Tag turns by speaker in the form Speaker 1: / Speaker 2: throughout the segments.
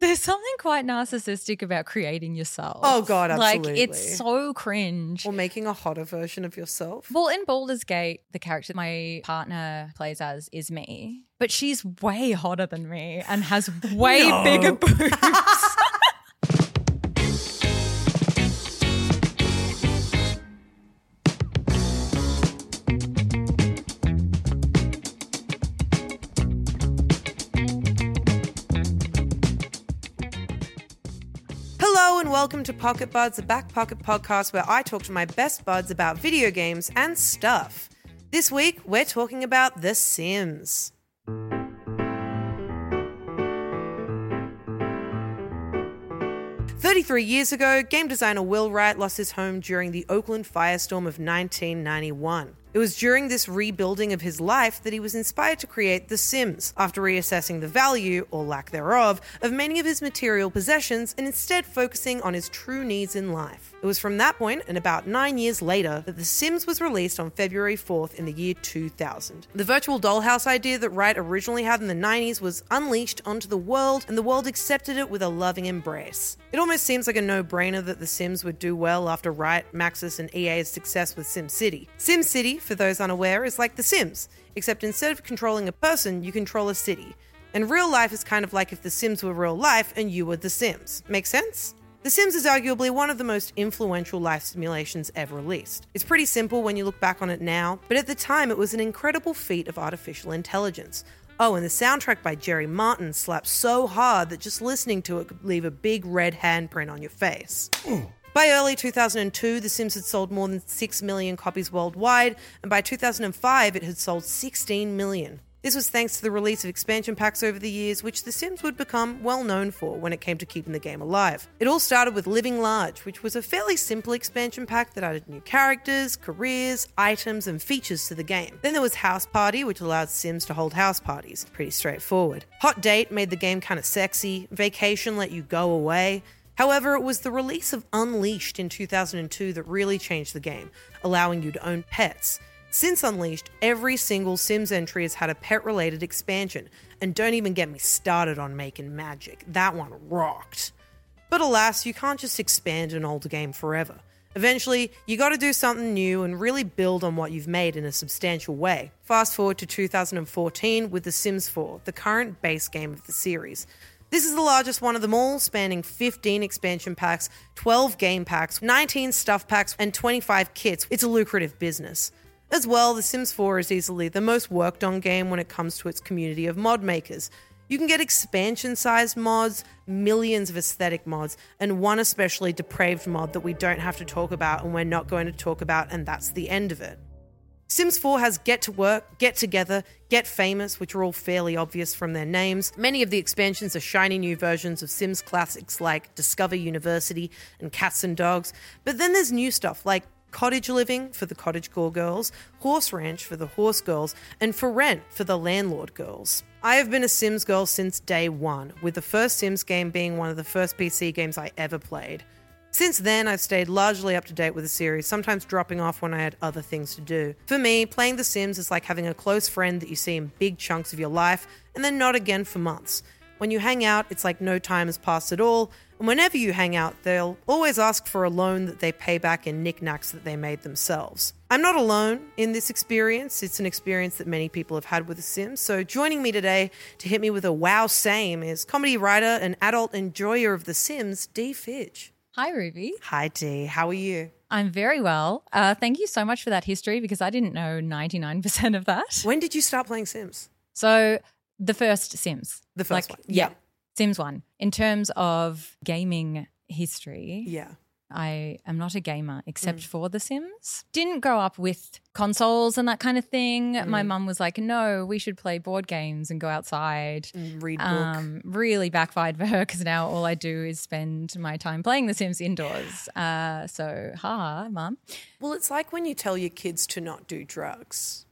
Speaker 1: There's something quite narcissistic about creating yourself.
Speaker 2: Oh, God,
Speaker 1: Like it's
Speaker 2: absolutely.
Speaker 1: so cringe.
Speaker 2: Or making a hotter version of yourself.
Speaker 1: Well, in Baldur's Gate, the character my partner plays as is me, but she's way hotter than me and has way
Speaker 2: No.
Speaker 1: bigger boobs.
Speaker 2: Hello and welcome to Pocket Buds, a back pocket podcast where I talk to my best buds about video games and stuff. This week, we're talking about The Sims. Thirty-three years ago, game designer Will Wright lost his home during the Oakland firestorm of 1991. It was during this rebuilding of his life that he was inspired to create The Sims, after reassessing the value, or lack thereof, of many of his material possessions and instead focusing on his true needs in life. It was from that point and about nine years later that The Sims was released on February 4th in the year 2000. The virtual dollhouse idea that Wright originally had in the 90s was unleashed onto the world, and the world accepted it with a loving embrace. It almost seems like a no brainer that The Sims would do well after Riot, Maxis, and EA's success with SimCity. SimCity, for those unaware, is like The Sims, except instead of controlling a person, you control a city. And real life is kind of like if The Sims were real life and you were The Sims. Make sense? The Sims is arguably one of the most influential life simulations ever released. It's pretty simple when you look back on it now, but at the time it was an incredible feat of artificial intelligence. Oh, and the soundtrack by Jerry Martin slaps so hard that just listening to it could leave a big red handprint on your face. By early 2002, The Sims had sold more than 6 million copies worldwide, and by 2005, it had sold 16 million. This was thanks to the release of expansion packs over the years, which The Sims would become well known for when it came to keeping the game alive. It all started with Living Large, which was a fairly simple expansion pack that added new characters, careers, items, and features to the game. Then there was House Party, which allowed Sims to hold house parties. Pretty straightforward. Hot Date made the game kind of sexy, Vacation let you go away. However, it was the release of Unleashed in 2002 that really changed the game, allowing you to own pets. Since Unleashed, every single Sims entry has had a pet related expansion, and don't even get me started on making magic. That one rocked. But alas, you can't just expand an old game forever. Eventually, you gotta do something new and really build on what you've made in a substantial way. Fast forward to 2014 with The Sims 4, the current base game of the series. This is the largest one of them all, spanning 15 expansion packs, 12 game packs, 19 stuff packs, and 25 kits. It's a lucrative business. As well, The Sims 4 is easily the most worked on game when it comes to its community of mod makers. You can get expansion sized mods, millions of aesthetic mods, and one especially depraved mod that we don't have to talk about and we're not going to talk about, and that's the end of it. Sims 4 has Get to Work, Get Together, Get Famous, which are all fairly obvious from their names. Many of the expansions are shiny new versions of Sims classics like Discover University and Cats and Dogs. But then there's new stuff like Cottage Living for the cottagecore girls, Horse Ranch for the horse girls, and For Rent for the landlord girls. I have been a Sims girl since day one, with the first Sims game being one of the first PC games I ever played. Since then, I've stayed largely up to date with the series, sometimes dropping off when I had other things to do. For me, playing The Sims is like having a close friend that you see in big chunks of your life and then not again for months. When you hang out, it's like no time has passed at all, and whenever you hang out, they'll always ask for a loan that they pay back in knickknacks that they made themselves. I'm not alone in this experience. It's an experience that many people have had with The Sims. So, joining me today to hit me with a wow same is comedy writer and adult enjoyer of The Sims, Dee Fitch.
Speaker 1: Hi, Ruby.
Speaker 2: Hi, Dee. How are you?
Speaker 1: I'm very well. Uh, thank you so much for that history because I didn't know 99% of that.
Speaker 2: When did you start playing Sims?
Speaker 1: So, the first Sims.
Speaker 2: The first one.
Speaker 1: Yeah.
Speaker 2: Yeah.
Speaker 1: Sims 1. In terms of gaming history,
Speaker 2: Yeah.
Speaker 1: I am not a gamer except
Speaker 2: Mm.
Speaker 1: for The Sims. Didn't grow up with consoles and that kind of thing.
Speaker 2: Mm.
Speaker 1: My mum was like, no, we should play board games and go outside.
Speaker 2: Mm, Read book.
Speaker 1: Um, really backfired for her because now all I do is spend my time playing The Sims indoors. Uh, so, ha, mum.
Speaker 2: well, it's like when you tell your kids to not do drugs,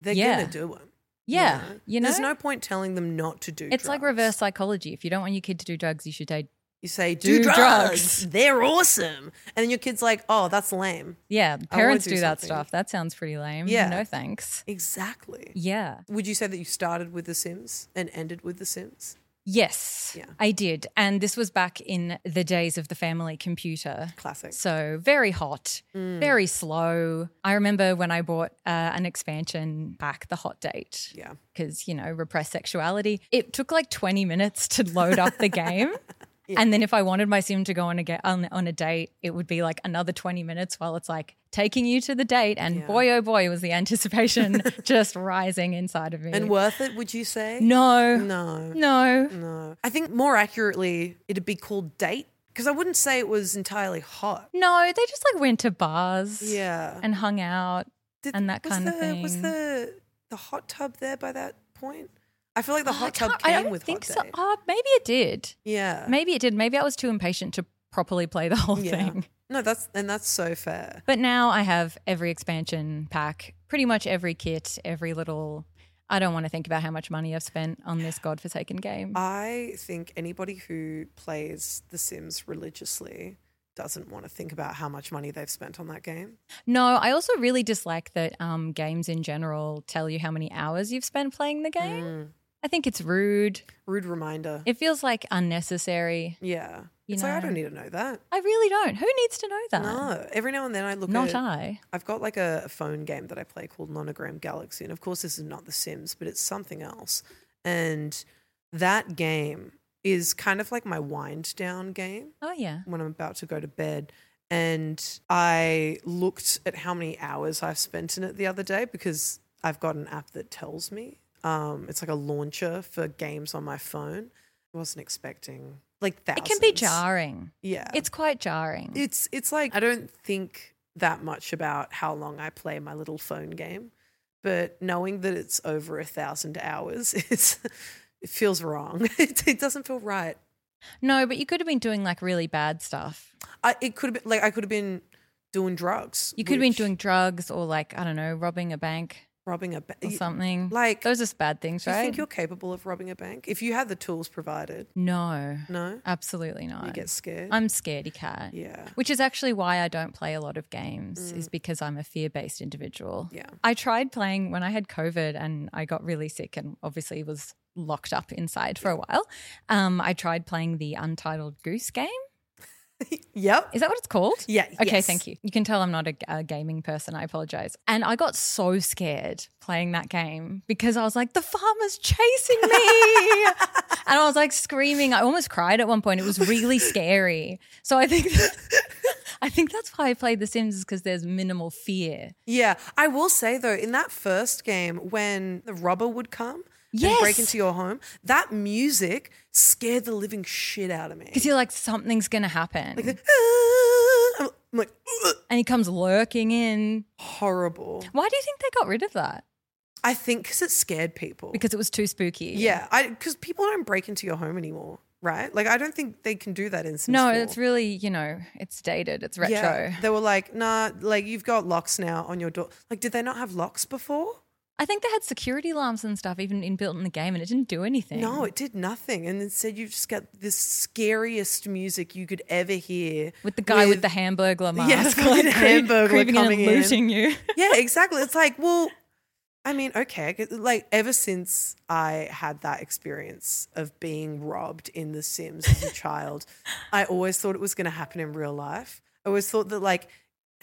Speaker 2: they're
Speaker 1: Yeah.
Speaker 2: going to do them.
Speaker 1: Yeah, you know,
Speaker 2: There's no point telling them not to do
Speaker 1: it's like
Speaker 2: drugs.
Speaker 1: reverse psychology. If you don't want your kid to do drugs, you should date.
Speaker 2: You say, do,
Speaker 1: Do
Speaker 2: drugs.
Speaker 1: drugs.
Speaker 2: They're awesome. And then your kid's like, oh, that's lame.
Speaker 1: Yeah, parents do,
Speaker 2: do
Speaker 1: that
Speaker 2: something.
Speaker 1: stuff. That sounds pretty lame.
Speaker 2: Yeah.
Speaker 1: no thanks.
Speaker 2: Exactly.
Speaker 1: Yeah.
Speaker 2: Would you say that you started with The Sims and ended with The Sims?
Speaker 1: Yes,
Speaker 2: Yeah.
Speaker 1: I did. And this was back in the days of the family computer.
Speaker 2: Classic. Mm.
Speaker 1: So very hot, very slow. I remember when I bought uh, an expansion back, the hot date.
Speaker 2: Yeah.
Speaker 1: Because, you know, repressed sexuality. It took like 20 minutes to load up the game. And then if I wanted my sim to go on a, ga- on, on a date, it would be like another 20 minutes while it's like taking you to the date. And boy, oh boy, was the anticipation just rising inside of me.
Speaker 2: And worth it, would you say?
Speaker 1: no,
Speaker 2: No.
Speaker 1: no.
Speaker 2: No. I think more accurately, it'd be called date because I wouldn't say it was entirely hot.
Speaker 1: No, they just like went to bars.
Speaker 2: Yeah.
Speaker 1: And hung out.
Speaker 2: Did-
Speaker 1: and that
Speaker 2: was
Speaker 1: kind
Speaker 2: the,
Speaker 1: of
Speaker 2: Was
Speaker 1: thing.
Speaker 2: the the hot tub there by that point? I feel like the
Speaker 1: Oh, I
Speaker 2: hot tub
Speaker 1: can't-
Speaker 2: came
Speaker 1: I don't
Speaker 2: with
Speaker 1: think
Speaker 2: hot
Speaker 1: so.
Speaker 2: date.
Speaker 1: Oh, maybe it did.
Speaker 2: Yeah.
Speaker 1: Maybe it did. Maybe I was too impatient to properly play the whole
Speaker 2: Yeah.
Speaker 1: thing.
Speaker 2: No, that's and that's so fair.
Speaker 1: But now I have every expansion pack, pretty much every kit, every little. I don't want to think about how much money I've spent on this godforsaken game.
Speaker 2: Uh, I think anybody who plays The Sims religiously doesn't want to think about how much money they've spent on that game.
Speaker 1: no, I also really dislike that um, games in general tell you how many hours you've spent playing the game.
Speaker 2: Mm.
Speaker 1: I think it's rude.
Speaker 2: Rude reminder.
Speaker 1: It feels like unnecessary.
Speaker 2: yeah.
Speaker 1: You
Speaker 2: it's like I
Speaker 1: know.
Speaker 2: don't need to know that.
Speaker 1: I really don't. Who needs to know that?
Speaker 2: No. Every now and then I look
Speaker 1: Not
Speaker 2: at
Speaker 1: I.
Speaker 2: I've got like a a phone game that I play called Nonogram Galaxy. And of course, this is not The Sims, but it's something else. And that game is kind of like my wind down game
Speaker 1: Oh yeah.
Speaker 2: when I'm about to go to bed. And I looked at how many hours I've spent in it the other day because I've got an app that tells me. Um, it's like a launcher for games on my phone. I wasn't expecting like
Speaker 1: It
Speaker 2: thousands.
Speaker 1: can be jarring.
Speaker 2: Yeah.
Speaker 1: It's quite jarring.
Speaker 2: It's it's like I don't think that much about how long I play my little phone game, but knowing that it's over a thousand hours is it feels wrong. It, it doesn't feel right.
Speaker 1: no, but you could have been doing like really bad stuff.
Speaker 2: I it could have been like I could have been doing drugs.
Speaker 1: You could have been
Speaker 2: which-
Speaker 1: doing drugs or like, I don't know, robbing a bank
Speaker 2: robbing a
Speaker 1: or
Speaker 2: bank.
Speaker 1: something.
Speaker 2: like-
Speaker 1: those are just bad things,
Speaker 2: Do you
Speaker 1: right?
Speaker 2: think you're capable of robbing a bank if you had the tools provided?
Speaker 1: no,
Speaker 2: No,
Speaker 1: absolutely not.
Speaker 2: you get scared.
Speaker 1: I'm scaredy cat.
Speaker 2: yeah, Mm.
Speaker 1: Which is actually why I don't play a lot of games, is because I'm a fear based individual.
Speaker 2: Yeah.
Speaker 1: I tried playing when I had COVID and I got really sick and obviously was locked up inside for a while. Um, I tried playing the Untitled Goose game.
Speaker 2: yep.
Speaker 1: Is that what it's called?
Speaker 2: Yeah,
Speaker 1: Okay,
Speaker 2: yes.
Speaker 1: thank you. You can tell I'm not a, a gaming person. I apologize. And I got so scared playing that game because I was like, the farmer's chasing me. and I was like screaming. I almost cried at one point. It was really scary. So I think. I think that's why I played The Sims is because there's minimal fear.
Speaker 2: Yeah, I will say though, in that first game, when the robber would come and
Speaker 1: Yes.
Speaker 2: break into your home, that music scared the living shit out of me.
Speaker 1: Because you're like, something's going to happen.
Speaker 2: Ah, I'm I'm like "Ugh,"
Speaker 1: and he comes lurking in.
Speaker 2: horrible.
Speaker 1: Why do you think they got rid of that?
Speaker 2: I think because it scared people.
Speaker 1: Because it was too spooky.
Speaker 2: yeah, I because people don't break into your home anymore, right? Like I don't think they can do that in Sims
Speaker 1: No,
Speaker 2: 4.
Speaker 1: it's really, you know, it's dated, it's retro.
Speaker 2: Yeah, they were like, nah, like you've got locks now on your door. Like, did they not have locks before?
Speaker 1: I I think they had security alarms and stuff even inbuilt in the game, and it didn't do anything.
Speaker 2: No, it did nothing. And instead, you just got the scariest music you could ever hear.
Speaker 1: with the guy with, the hamburger mask,
Speaker 2: Yeah, the
Speaker 1: cre-
Speaker 2: fucking hamburglar
Speaker 1: creeping in and
Speaker 2: coming in.
Speaker 1: looting you.
Speaker 2: yeah, exactly. It's like, well, I mean, okay. I get- Like, ever since I had that experience of being robbed in The Sims as a child, I always thought it was going to happen in real life. I always thought that, like,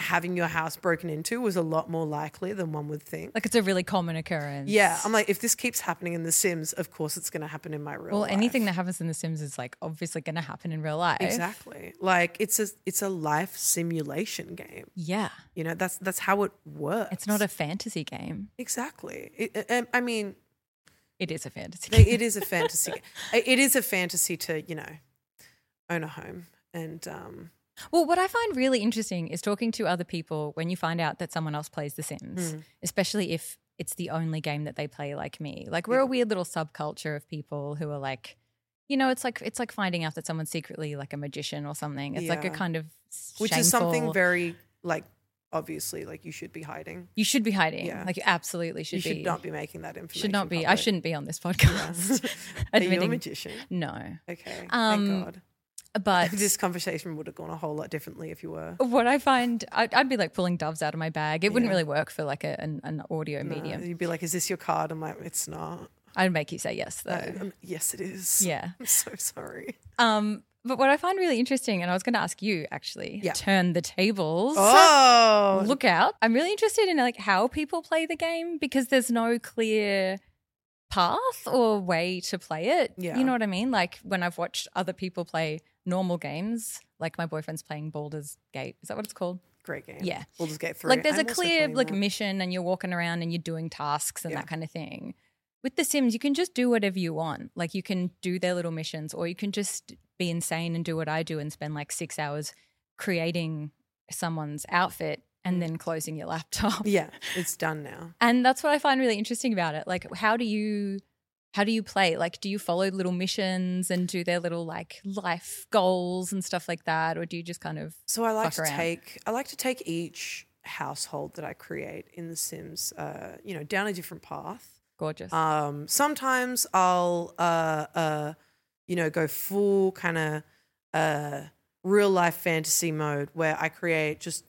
Speaker 2: having your house broken into was a lot more likely than one would think.
Speaker 1: Like it's a really common occurrence.
Speaker 2: yeah, I'm like, if this keeps happening in The Sims, of course it's going to happen in my real
Speaker 1: well,
Speaker 2: life.
Speaker 1: anything that happens in The Sims is like obviously going to happen in real life.
Speaker 2: Exactly. Like it's a it's a life simulation game.
Speaker 1: Yeah.
Speaker 2: You know, that's that's how it works.
Speaker 1: It's not a fantasy game.
Speaker 2: Exactly. It, I- I mean,
Speaker 1: It is a fantasy
Speaker 2: They-
Speaker 1: game.
Speaker 2: it is a fantasy. it is a fantasy to you know own a home and um,
Speaker 1: Well, what I find really interesting is talking to other people when you find out that someone else plays The Sims,
Speaker 2: Hmm.
Speaker 1: especially if it's the only game that they play like me. Like we're a weird little subculture of people who are like, you know, it's like it's like finding out that someone's secretly like a magician or something. It's like a
Speaker 2: Yeah.
Speaker 1: kind of
Speaker 2: which is something
Speaker 1: shameful-
Speaker 2: very like obviously like you should be hiding.
Speaker 1: you should be hiding.
Speaker 2: Yeah.
Speaker 1: Like you absolutely should
Speaker 2: you should
Speaker 1: be.
Speaker 2: not be making that information.
Speaker 1: should not be. I
Speaker 2: public.
Speaker 1: shouldn't be on this podcast.
Speaker 2: Are you a
Speaker 1: Admitting-
Speaker 2: magician?
Speaker 1: No,
Speaker 2: Okay.
Speaker 1: Um,
Speaker 2: Thank God.
Speaker 1: but
Speaker 2: this conversation would have gone a whole lot differently if you were.
Speaker 1: what I find, I'd, I'd be like pulling doves out of my bag. It wouldn't
Speaker 2: Yeah.
Speaker 1: really work for like a, an, an audio
Speaker 2: No,
Speaker 1: medium.
Speaker 2: you'd be like, "Is this your card?" I'm like, "It's not."
Speaker 1: I'd make you say yes though.
Speaker 2: No, um, yes, it is.
Speaker 1: Yeah.
Speaker 2: I'm so sorry.
Speaker 1: Um, but what I find really interesting, and I was going to ask you actually,
Speaker 2: Yeah.
Speaker 1: turn the tables.
Speaker 2: Oh,
Speaker 1: Look out! I'm really interested in like how people play the game because there's no clear path or way to play it.
Speaker 2: Yeah.
Speaker 1: You know what I mean? Like when I've watched other people play normal games, like my boyfriend's playing Baldur's Gate. Is that what it's called?
Speaker 2: great game.
Speaker 1: Yeah.
Speaker 2: we'll just get through.
Speaker 1: Like there's
Speaker 2: I'm
Speaker 1: a
Speaker 2: also
Speaker 1: clear
Speaker 2: playing
Speaker 1: like
Speaker 2: that.
Speaker 1: mission and you're walking around and you're doing tasks and
Speaker 2: Yeah.
Speaker 1: that kind of thing. With the Sims, you can just do whatever you want. Like you can do their little missions or you can just be insane and do what I do and spend like 6 hours creating someone's outfit and then closing your laptop.
Speaker 2: Mm. Yeah, it's done now.
Speaker 1: And that's what I find really interesting about it. Like how do you how do you play? Like do you follow little missions and do their little like life goals and stuff like that or do you just kind of
Speaker 2: So I like
Speaker 1: fuck
Speaker 2: to
Speaker 1: around.
Speaker 2: take I like to take each household that I create in The Sims, uh, you know, down a different path.
Speaker 1: gorgeous?
Speaker 2: Um, sometimes I'll, uh, uh, you know, go full kind of uh, real life fantasy mode where I create just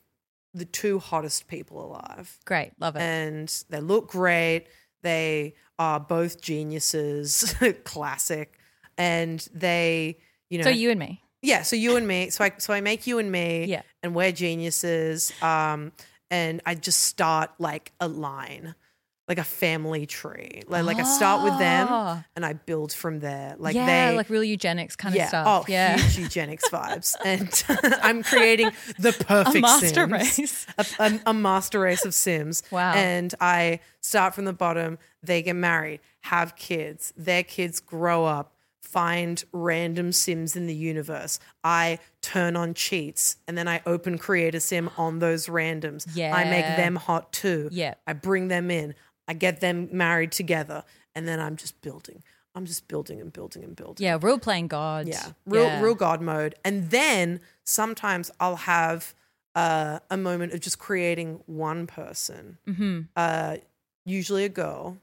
Speaker 2: the two hottest people alive,
Speaker 1: Great. Love it.
Speaker 2: and they look great. They are both geniuses, classic, and they, you know,
Speaker 1: so you and me.
Speaker 2: yeah, so you and me. So I so I make you and me.
Speaker 1: Yeah.
Speaker 2: And we're geniuses. Um, and I just start like a line, like a family tree. Like like I start with
Speaker 1: Ah.
Speaker 2: them and I build from there. Like
Speaker 1: yeah,
Speaker 2: they
Speaker 1: like real eugenics kind
Speaker 2: yeah.
Speaker 1: of stuff.
Speaker 2: Oh,
Speaker 1: yeah.
Speaker 2: huge eugenics vibes. And I'm creating the perfect
Speaker 1: master
Speaker 2: Sims.
Speaker 1: race.
Speaker 2: A, a, a master race of Sims.
Speaker 1: Wow.
Speaker 2: And I start from the bottom. They get married, have kids. Their kids grow up, find random Sims in the universe. I turn on cheats and then I open create a Sim on those randoms. I
Speaker 1: Yeah.
Speaker 2: make them hot too.
Speaker 1: Yeah.
Speaker 2: I bring them in. I get them married together. And then I'm just building. I'm just building and building and building.
Speaker 1: Yeah, real playing God.
Speaker 2: Yeah, real
Speaker 1: Yeah.
Speaker 2: real God mode. And then sometimes I'll have uh, a moment of just creating one person,
Speaker 1: Mhm.
Speaker 2: uh, usually a girl,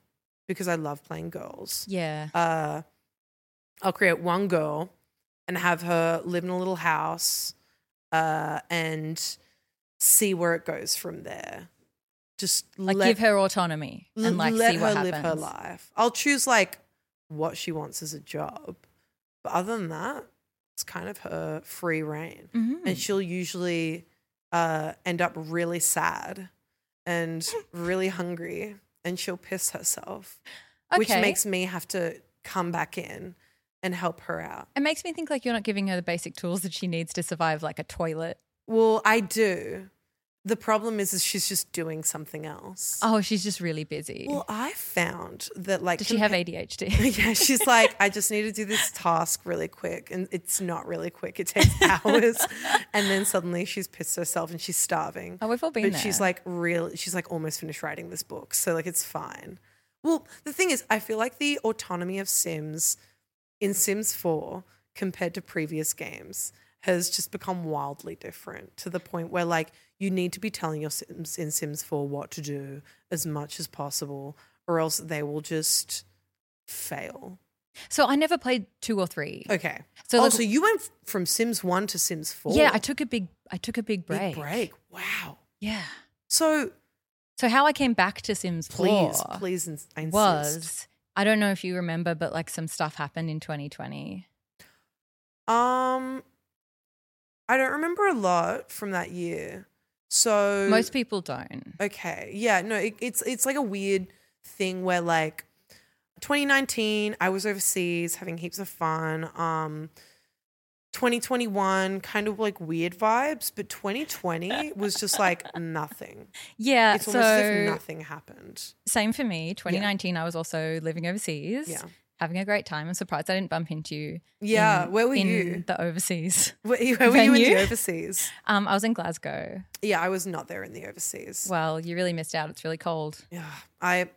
Speaker 2: because I love playing girls.
Speaker 1: Yeah.
Speaker 2: Uh, I'll create one girl and have her live in a little house uh, and see where it goes from there. Just
Speaker 1: Like
Speaker 2: let,
Speaker 1: give her autonomy
Speaker 2: l-
Speaker 1: and like
Speaker 2: let
Speaker 1: see
Speaker 2: her
Speaker 1: what
Speaker 2: live
Speaker 1: happens.
Speaker 2: her life. I'll choose like what she wants as a job, but other than that, it's kind of her free reign,
Speaker 1: Mhm.
Speaker 2: and she'll usually uh, end up really sad and
Speaker 1: Hmm.
Speaker 2: really hungry, and she'll piss herself, which
Speaker 1: Okay.
Speaker 2: makes me have to come back in and help her out.
Speaker 1: it makes me think like you're not giving her the basic tools that she needs to survive, like a toilet.
Speaker 2: Well, I do. The problem is, is she's just doing something else.
Speaker 1: Oh, she's just really busy.
Speaker 2: Well, I found that like
Speaker 1: Does she have
Speaker 2: compa-
Speaker 1: ADHD?
Speaker 2: yeah, she's like, I just need to do this task really quick. And it's not really quick, it takes hours. and then suddenly she's pissed herself and she's starving.
Speaker 1: Oh, we've all been
Speaker 2: But she's
Speaker 1: there.
Speaker 2: like, real, she's like almost finished writing this book. So, like, it's fine. Well, the thing is, I feel like the autonomy of Sims in Sims 4 compared to previous games has just become wildly different to the point where like you need to be telling your Sims in Sims 4 what to do as much as possible or else they will just fail.
Speaker 1: So I never played two or three.
Speaker 2: Okay.
Speaker 1: So
Speaker 2: So, oh,
Speaker 1: look-
Speaker 2: so you went f- from Sims 1 to Sims 4.
Speaker 1: Yeah, I took a big I took a big break.
Speaker 2: Big break. Wow.
Speaker 1: Yeah.
Speaker 2: So
Speaker 1: So how I came back to Sims
Speaker 2: please,
Speaker 1: 4
Speaker 2: please, ins- I insist.
Speaker 1: was I don't know if you remember, but like some stuff happened in 2020.
Speaker 2: Um, I don't remember a lot from that year. So
Speaker 1: Most people don't.
Speaker 2: Okay. Yeah. No. It, it's it's like a weird thing where like 2019, I was overseas having heaps of fun. Um, 2021, kind of like weird vibes, but 2020 was just like nothing.
Speaker 1: Yeah.
Speaker 2: It's
Speaker 1: Uh, so
Speaker 2: almost as if nothing happened.
Speaker 1: same for me. 2019, I was also living overseas,
Speaker 2: Yeah.
Speaker 1: having a great time. I'm surprised I didn't bump into you.
Speaker 2: Yeah.
Speaker 1: in-
Speaker 2: where were
Speaker 1: in
Speaker 2: you?
Speaker 1: The overseas.
Speaker 2: Where, where were you in
Speaker 1: venue?
Speaker 2: the overseas?
Speaker 1: Um, I was in Glasgow.
Speaker 2: Yeah, I was not there in the overseas.
Speaker 1: Well, you really missed out. It's really cold.
Speaker 2: yeah, I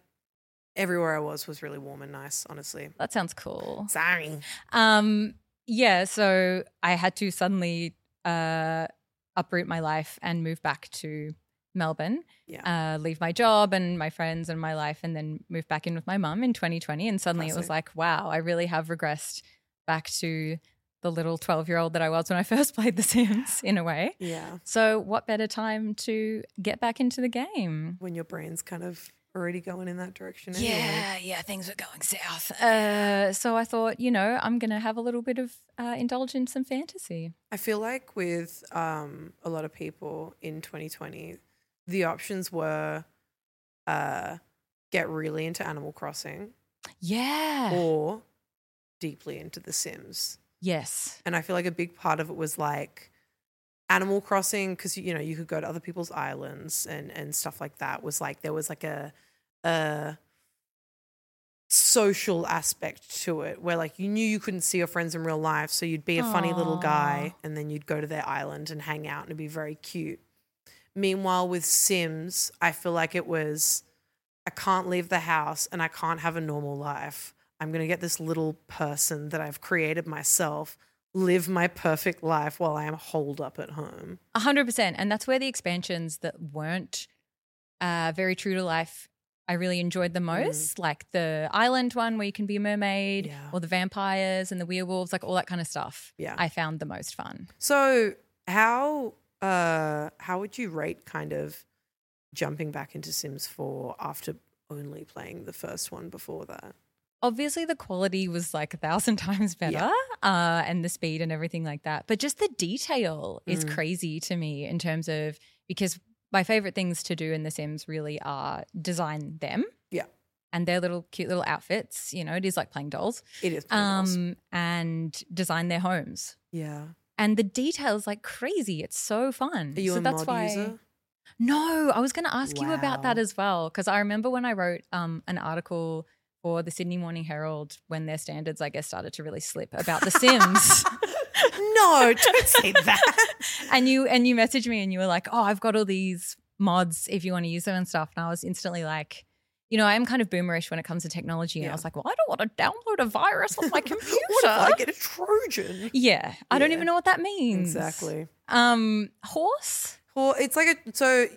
Speaker 2: everywhere I was was really warm and nice. Honestly,
Speaker 1: That sounds cool.
Speaker 2: sorry.
Speaker 1: Um, yeah, so I had to suddenly uh, uproot my life and move back to Melbourne,
Speaker 2: Yeah.
Speaker 1: uh, leave my job and my friends and my life, and then move back in with my mum in 2020. And suddenly it was
Speaker 2: Classic.
Speaker 1: like, wow, I really have regressed back to the little 12 year old that I was when I first played The Sims in a way.
Speaker 2: yeah.
Speaker 1: So, what better time to get back into the game?
Speaker 2: when your brain's kind of already going in that direction. Anyway.
Speaker 1: Yeah, yeah, things were going south. Uh, so I thought, you know, I'm going to have a little bit of uh, indulge in some fantasy.
Speaker 2: I feel like with um, a lot of people in 2020, the options were uh, get really into Animal Crossing
Speaker 1: Yeah.
Speaker 2: or deeply into The Sims.
Speaker 1: yes.
Speaker 2: And I feel like a big part of it was like Animal Crossing because you know you could go to other people's islands and and stuff like that. Was like there was like a a social aspect to it where like you knew you couldn't see your friends in real life, so you'd be a funny little guy and then you'd go to their island and hang out and it'd be very cute. Meanwhile, with Sims, I feel like it was I can't leave the house and I can't have a normal life. I'm going to get this little person that I've created myself live my perfect life while I am holed up at home.
Speaker 1: A hundred percent. And that's where the expansions that weren't uh, very true to life, I really enjoyed the
Speaker 2: Mm.
Speaker 1: most. Like the island one where you can be a mermaid,
Speaker 2: Yeah.
Speaker 1: or the vampires and the werewolves, like all that kind of stuff.
Speaker 2: Yeah.
Speaker 1: I found the most fun.
Speaker 2: So, how uh how would you rate kind of jumping back into Sims 4 after only playing the first one before that?
Speaker 1: Obviously, the quality was like a thousand times better,
Speaker 2: Yeah.
Speaker 1: uh, and the speed and everything like that. But just the detail is
Speaker 2: Mm.
Speaker 1: crazy to me in terms of because my favorite things to do in The Sims really are design them.
Speaker 2: Yeah.
Speaker 1: And their little cute little outfits, you know, it is like playing dolls.
Speaker 2: It is pretty nice.
Speaker 1: Um, and design their homes.
Speaker 2: Yeah.
Speaker 1: And the details like crazy. It's so fun.
Speaker 2: Are you
Speaker 1: so
Speaker 2: a
Speaker 1: that's
Speaker 2: mod
Speaker 1: why
Speaker 2: user?
Speaker 1: no, I was going to ask you about that
Speaker 2: Wow.
Speaker 1: as well because I remember when I wrote um, an article for the Sydney Morning Herald when their standards, I guess, started to really slip about The Sims.
Speaker 2: no, don't say that.
Speaker 1: and you and you messaged me and you were like, "Oh, I've got all these mods if you want to use them and stuff." And I was instantly like. You know, I am kind of boomerish when it comes to technology. And
Speaker 2: Yeah.
Speaker 1: I was like, well, I don't want to download a virus on my computer.
Speaker 2: what if I get a Trojan?
Speaker 1: yeah. I don't
Speaker 2: Yeah.
Speaker 1: even know what that means.
Speaker 2: Exactly.
Speaker 1: Um, horse?
Speaker 2: Well, it's like a so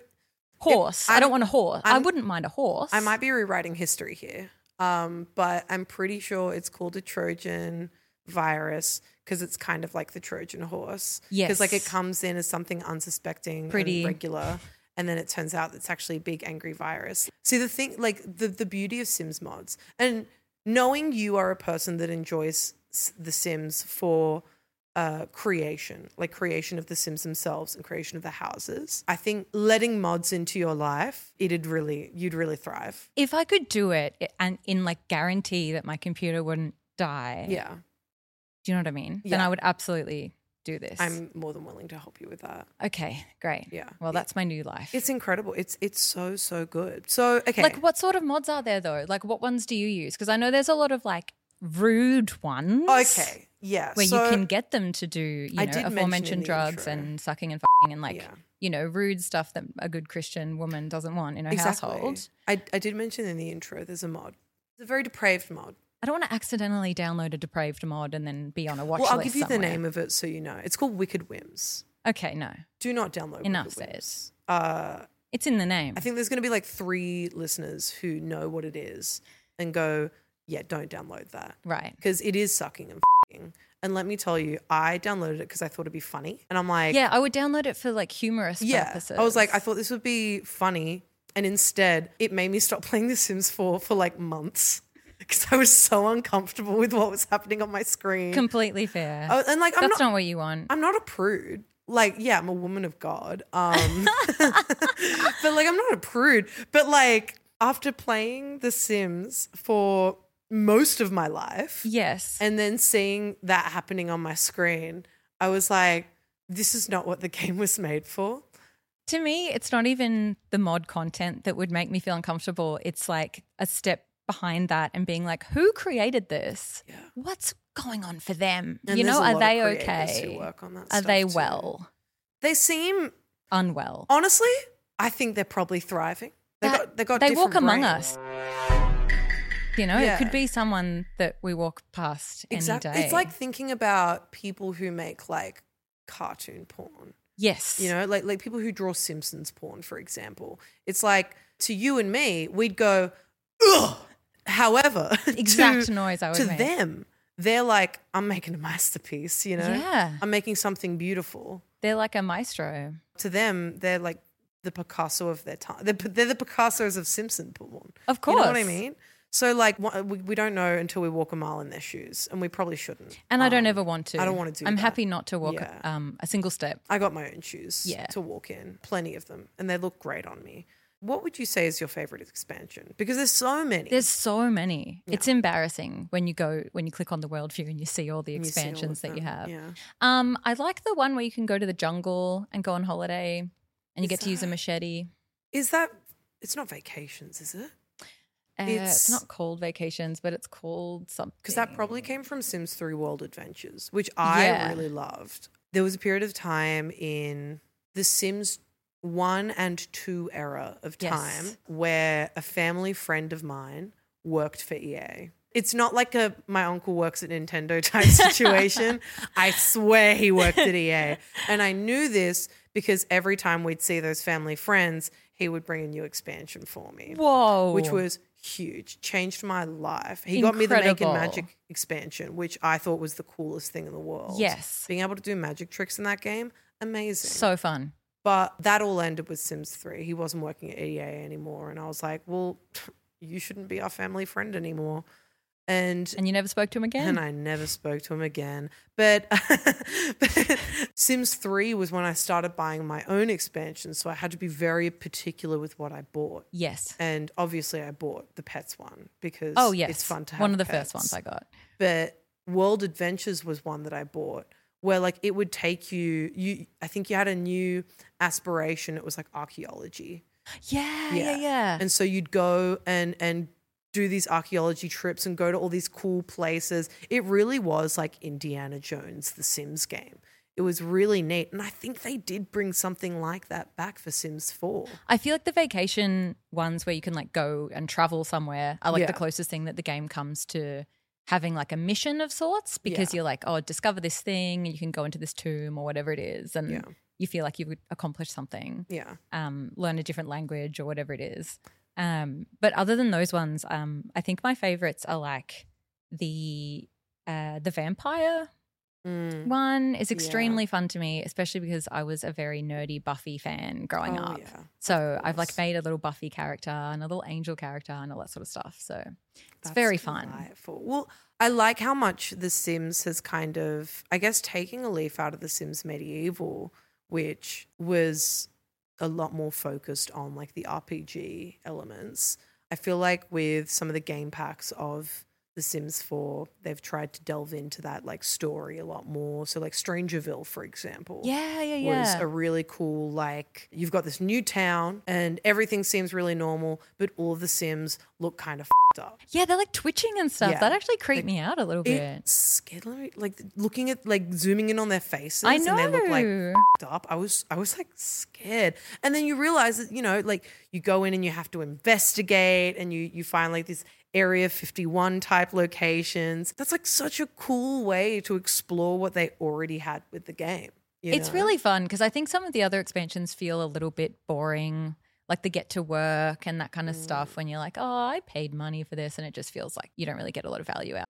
Speaker 1: Horse. I
Speaker 2: I'm-
Speaker 1: don't want a horse. I'm, I
Speaker 2: I'm-
Speaker 1: would not mind a horse.
Speaker 2: I might be rewriting history here, um, but I'm pretty sure it's called a Trojan virus because it's kind of like the Trojan horse. because like it
Speaker 1: Yes.
Speaker 2: comes in as something unsuspecting,
Speaker 1: Pretty.
Speaker 2: and regular, and then it turns out it's actually a big angry virus. See the thing, like the the beauty of Sims mods, and knowing you are a person that enjoys s- the Sims for uh, creation, like creation of the Sims themselves and creation of the houses. I think letting mods into your life, it'd really, you'd really thrive.
Speaker 1: if I could do it i- and in like guarantee that my computer wouldn't die,
Speaker 2: Yeah,
Speaker 1: do you know what I mean? Then
Speaker 2: Yeah.
Speaker 1: I would absolutely do this.
Speaker 2: I'm more than willing to help you with that.
Speaker 1: okay, great.
Speaker 2: Yeah.
Speaker 1: Well, that's my new life.
Speaker 2: It's incredible. It's it's so so good. So okay,
Speaker 1: Like, what sort of mods are there though? Like, what ones do you use? Because I know there's a lot of like rude ones.
Speaker 2: okay, yeah.
Speaker 1: Where
Speaker 2: so-
Speaker 1: you can get them to do, you know,
Speaker 2: I did mention in
Speaker 1: aforementioned
Speaker 2: the
Speaker 1: drugs
Speaker 2: intro.
Speaker 1: and sucking and fucking and like,
Speaker 2: Yeah.
Speaker 1: you know, rude stuff that a good Christian woman doesn't want in her household.
Speaker 2: I, I did mention in the intro there's a mod. It's a very depraved mod.
Speaker 1: I don't want to accidentally download a depraved mod and then be on a watch
Speaker 2: well, I'll
Speaker 1: list
Speaker 2: give you the
Speaker 1: somewhere.
Speaker 2: name of it so you know. It's called Wicked Whims.
Speaker 1: Okay, no.
Speaker 2: Do not download
Speaker 1: Enough
Speaker 2: Wicked
Speaker 1: said.
Speaker 2: Whims. Uh,
Speaker 1: It's in the name.
Speaker 2: I think there's going to be like three listeners who know what it is and go, yeah, don't download that.
Speaker 1: right.
Speaker 2: Because it is sucking and fing. And let me tell you, I downloaded it because I thought it'd be funny. And I'm like,
Speaker 1: Yeah, I would download it for like humorous
Speaker 2: yeah.
Speaker 1: purposes.
Speaker 2: I was like, I thought this would be funny. And instead, it made me stop playing The Sims 4 for like months because I was so uncomfortable with what was happening on my screen.
Speaker 1: completely fair.
Speaker 2: I was- Oh, and like, I'm
Speaker 1: That's
Speaker 2: not,
Speaker 1: not, what you want.
Speaker 2: I'm not a prude. Like, yeah, I'm a woman of God. Um, but like, I'm not a prude. But like, after playing The Sims for most of my life
Speaker 1: yes.
Speaker 2: and then seeing that happening on my screen, I was like, this is not what the game was made for.
Speaker 1: to me, it's not even the mod content that would make me feel uncomfortable. It's like a step behind that and being like, who created this? What's going on for them?
Speaker 2: And
Speaker 1: you
Speaker 2: there's
Speaker 1: know,
Speaker 2: a lot
Speaker 1: are
Speaker 2: of
Speaker 1: they
Speaker 2: creators
Speaker 1: okay?
Speaker 2: who work on that
Speaker 1: are
Speaker 2: stuff
Speaker 1: they
Speaker 2: too.
Speaker 1: well?
Speaker 2: They seem
Speaker 1: Unwell?
Speaker 2: honestly. I think they're probably thriving. They
Speaker 1: That-
Speaker 2: got they got.
Speaker 1: they
Speaker 2: different
Speaker 1: walk among
Speaker 2: brains.
Speaker 1: us. You know,
Speaker 2: Yeah.
Speaker 1: it could be someone that we walk past
Speaker 2: Exactly.
Speaker 1: any day.
Speaker 2: It's like thinking about people who make like cartoon porn.
Speaker 1: yes,
Speaker 2: You know, like like people who draw Simpsons porn, for example. It's like to you and me, we'd go, ugh. However,
Speaker 1: exact
Speaker 2: to,
Speaker 1: noise I would
Speaker 2: to
Speaker 1: make.
Speaker 2: them, they're like, I'm making a masterpiece. You know,
Speaker 1: Yeah.
Speaker 2: I'm making something beautiful.
Speaker 1: They're like a maestro.
Speaker 2: to them, they're like the Picasso of their time. They're, they're the Picassos of Simpson porn.
Speaker 1: Of
Speaker 2: You know what I
Speaker 1: course.
Speaker 2: mean? So like wha- we, we don't know until we walk a mile in their shoes, and we probably shouldn't.
Speaker 1: And I don't
Speaker 2: Um,
Speaker 1: ever want to.
Speaker 2: I don't want to do.
Speaker 1: I'm
Speaker 2: that.
Speaker 1: happy not to walk
Speaker 2: Yeah.
Speaker 1: um, a single step.
Speaker 2: I got my own shoes
Speaker 1: Yeah.
Speaker 2: to walk in, plenty of them, and they look great on me. What would you say is your favorite expansion? Because there's so many.
Speaker 1: There's so many. It's embarrassing when you go when you click on the world view and you see all the
Speaker 2: You see all of
Speaker 1: expansions that you
Speaker 2: them.
Speaker 1: have.
Speaker 2: Yeah.
Speaker 1: Um, I like the one where you can go to the jungle and go on holiday and you
Speaker 2: Is
Speaker 1: get to use a
Speaker 2: that-
Speaker 1: machete.
Speaker 2: Is that? It's not vacations, is it?
Speaker 1: Uh, it's,
Speaker 2: It's-
Speaker 1: not called vacations, but it's called something.
Speaker 2: because that probably came from Sims 3 World Adventures, which I
Speaker 1: Yeah.
Speaker 2: really loved. There was a period of time in the Sims 1 and 2 era of
Speaker 1: Yes.
Speaker 2: time where a family friend of mine worked for EA. It's not like a my uncle works at Nintendo type situation. I swear he worked at EA. And I knew this because every time we'd see those family friends, he would bring a new expansion for me
Speaker 1: Whoa.
Speaker 2: which was huge, changed my life. He got me the Make and
Speaker 1: Incredible.
Speaker 2: Magic expansion, which I thought was the coolest thing in the world.
Speaker 1: Yes.
Speaker 2: Being able to do magic tricks in that game, amazing.
Speaker 1: so fun.
Speaker 2: but that all ended with Sims 3. He wasn't working at EA anymore. And I was like, well, you shouldn't be our family friend anymore. And
Speaker 1: And you never spoke to him again?
Speaker 2: and I never spoke to him again. But, but Sims 3 was when I started buying my own expansion. So I had to be very particular with what I bought.
Speaker 1: yes.
Speaker 2: And obviously, I bought the pets one because
Speaker 1: Oh yes.
Speaker 2: it's fun to have
Speaker 1: one of the
Speaker 2: pets.
Speaker 1: first ones I got.
Speaker 2: But World Adventures was one that I bought where like it would take you you I think you had a new aspiration it was like archaeology
Speaker 1: Yeah, yeah, yeah.
Speaker 2: and so you'd go and and do these archaeology trips and go to all these cool places it really was like Indiana Jones the Sims game it was really neat and I think they did bring something like that back for Sims 4
Speaker 1: I feel like the vacation ones where you can like go and travel somewhere are like
Speaker 2: Yeah.
Speaker 1: the closest thing that the game comes to having like a mission of sorts because you're like, oh, discover this thing and you can go into this tomb or whatever it is. And
Speaker 2: Yeah.
Speaker 1: you feel like you've accomplished something,
Speaker 2: yeah
Speaker 1: um, learn a different language or whatever it is. Um, but other than those ones, um, I think my favorites are like the uh, the vampire
Speaker 2: Mm.
Speaker 1: one is
Speaker 2: Yeah.
Speaker 1: extremely fun to me, especially because I was a very nerdy Buffy fan growing
Speaker 2: Oh,
Speaker 1: up.
Speaker 2: yeah, of
Speaker 1: so I've
Speaker 2: course.
Speaker 1: like made a little Buffy character and a little angel character and all that sort of stuff. So it's
Speaker 2: That's
Speaker 1: very fun.
Speaker 2: delightful. Well, I like how much The Sims has kind of, I guess, taking a leaf out of The Sims Medieval, which was a lot more focused on like the RPG elements. I feel like with some of the game packs of The Sims 4, they've tried to delve into that like story a lot more. So, like Strangerville, for example
Speaker 1: Yeah, yeah,
Speaker 2: was
Speaker 1: yeah.
Speaker 2: a really cool like you've got this new town and everything seems really normal but all the sims look kind of fed up
Speaker 1: yeah, they're like twitching and stuff.
Speaker 2: Yeah.
Speaker 1: That actually creeped me out a little bit.
Speaker 2: it's scary like looking at like zooming in on their faces
Speaker 1: I
Speaker 2: and they look like
Speaker 1: know.
Speaker 2: fed up i was i was like scared and then you realize that you know like you go in and you have to investigate and you you find like these area 51 type locations that's like such a cool way to explore what they already had with the game you
Speaker 1: it's
Speaker 2: know?
Speaker 1: really fun because I think some of the other expansions feel a little bit boring. like the get to work and that kind of
Speaker 2: Mm.
Speaker 1: stuff when you're like, oh, I paid money for this. And it just feels like you don't really get a lot of value out.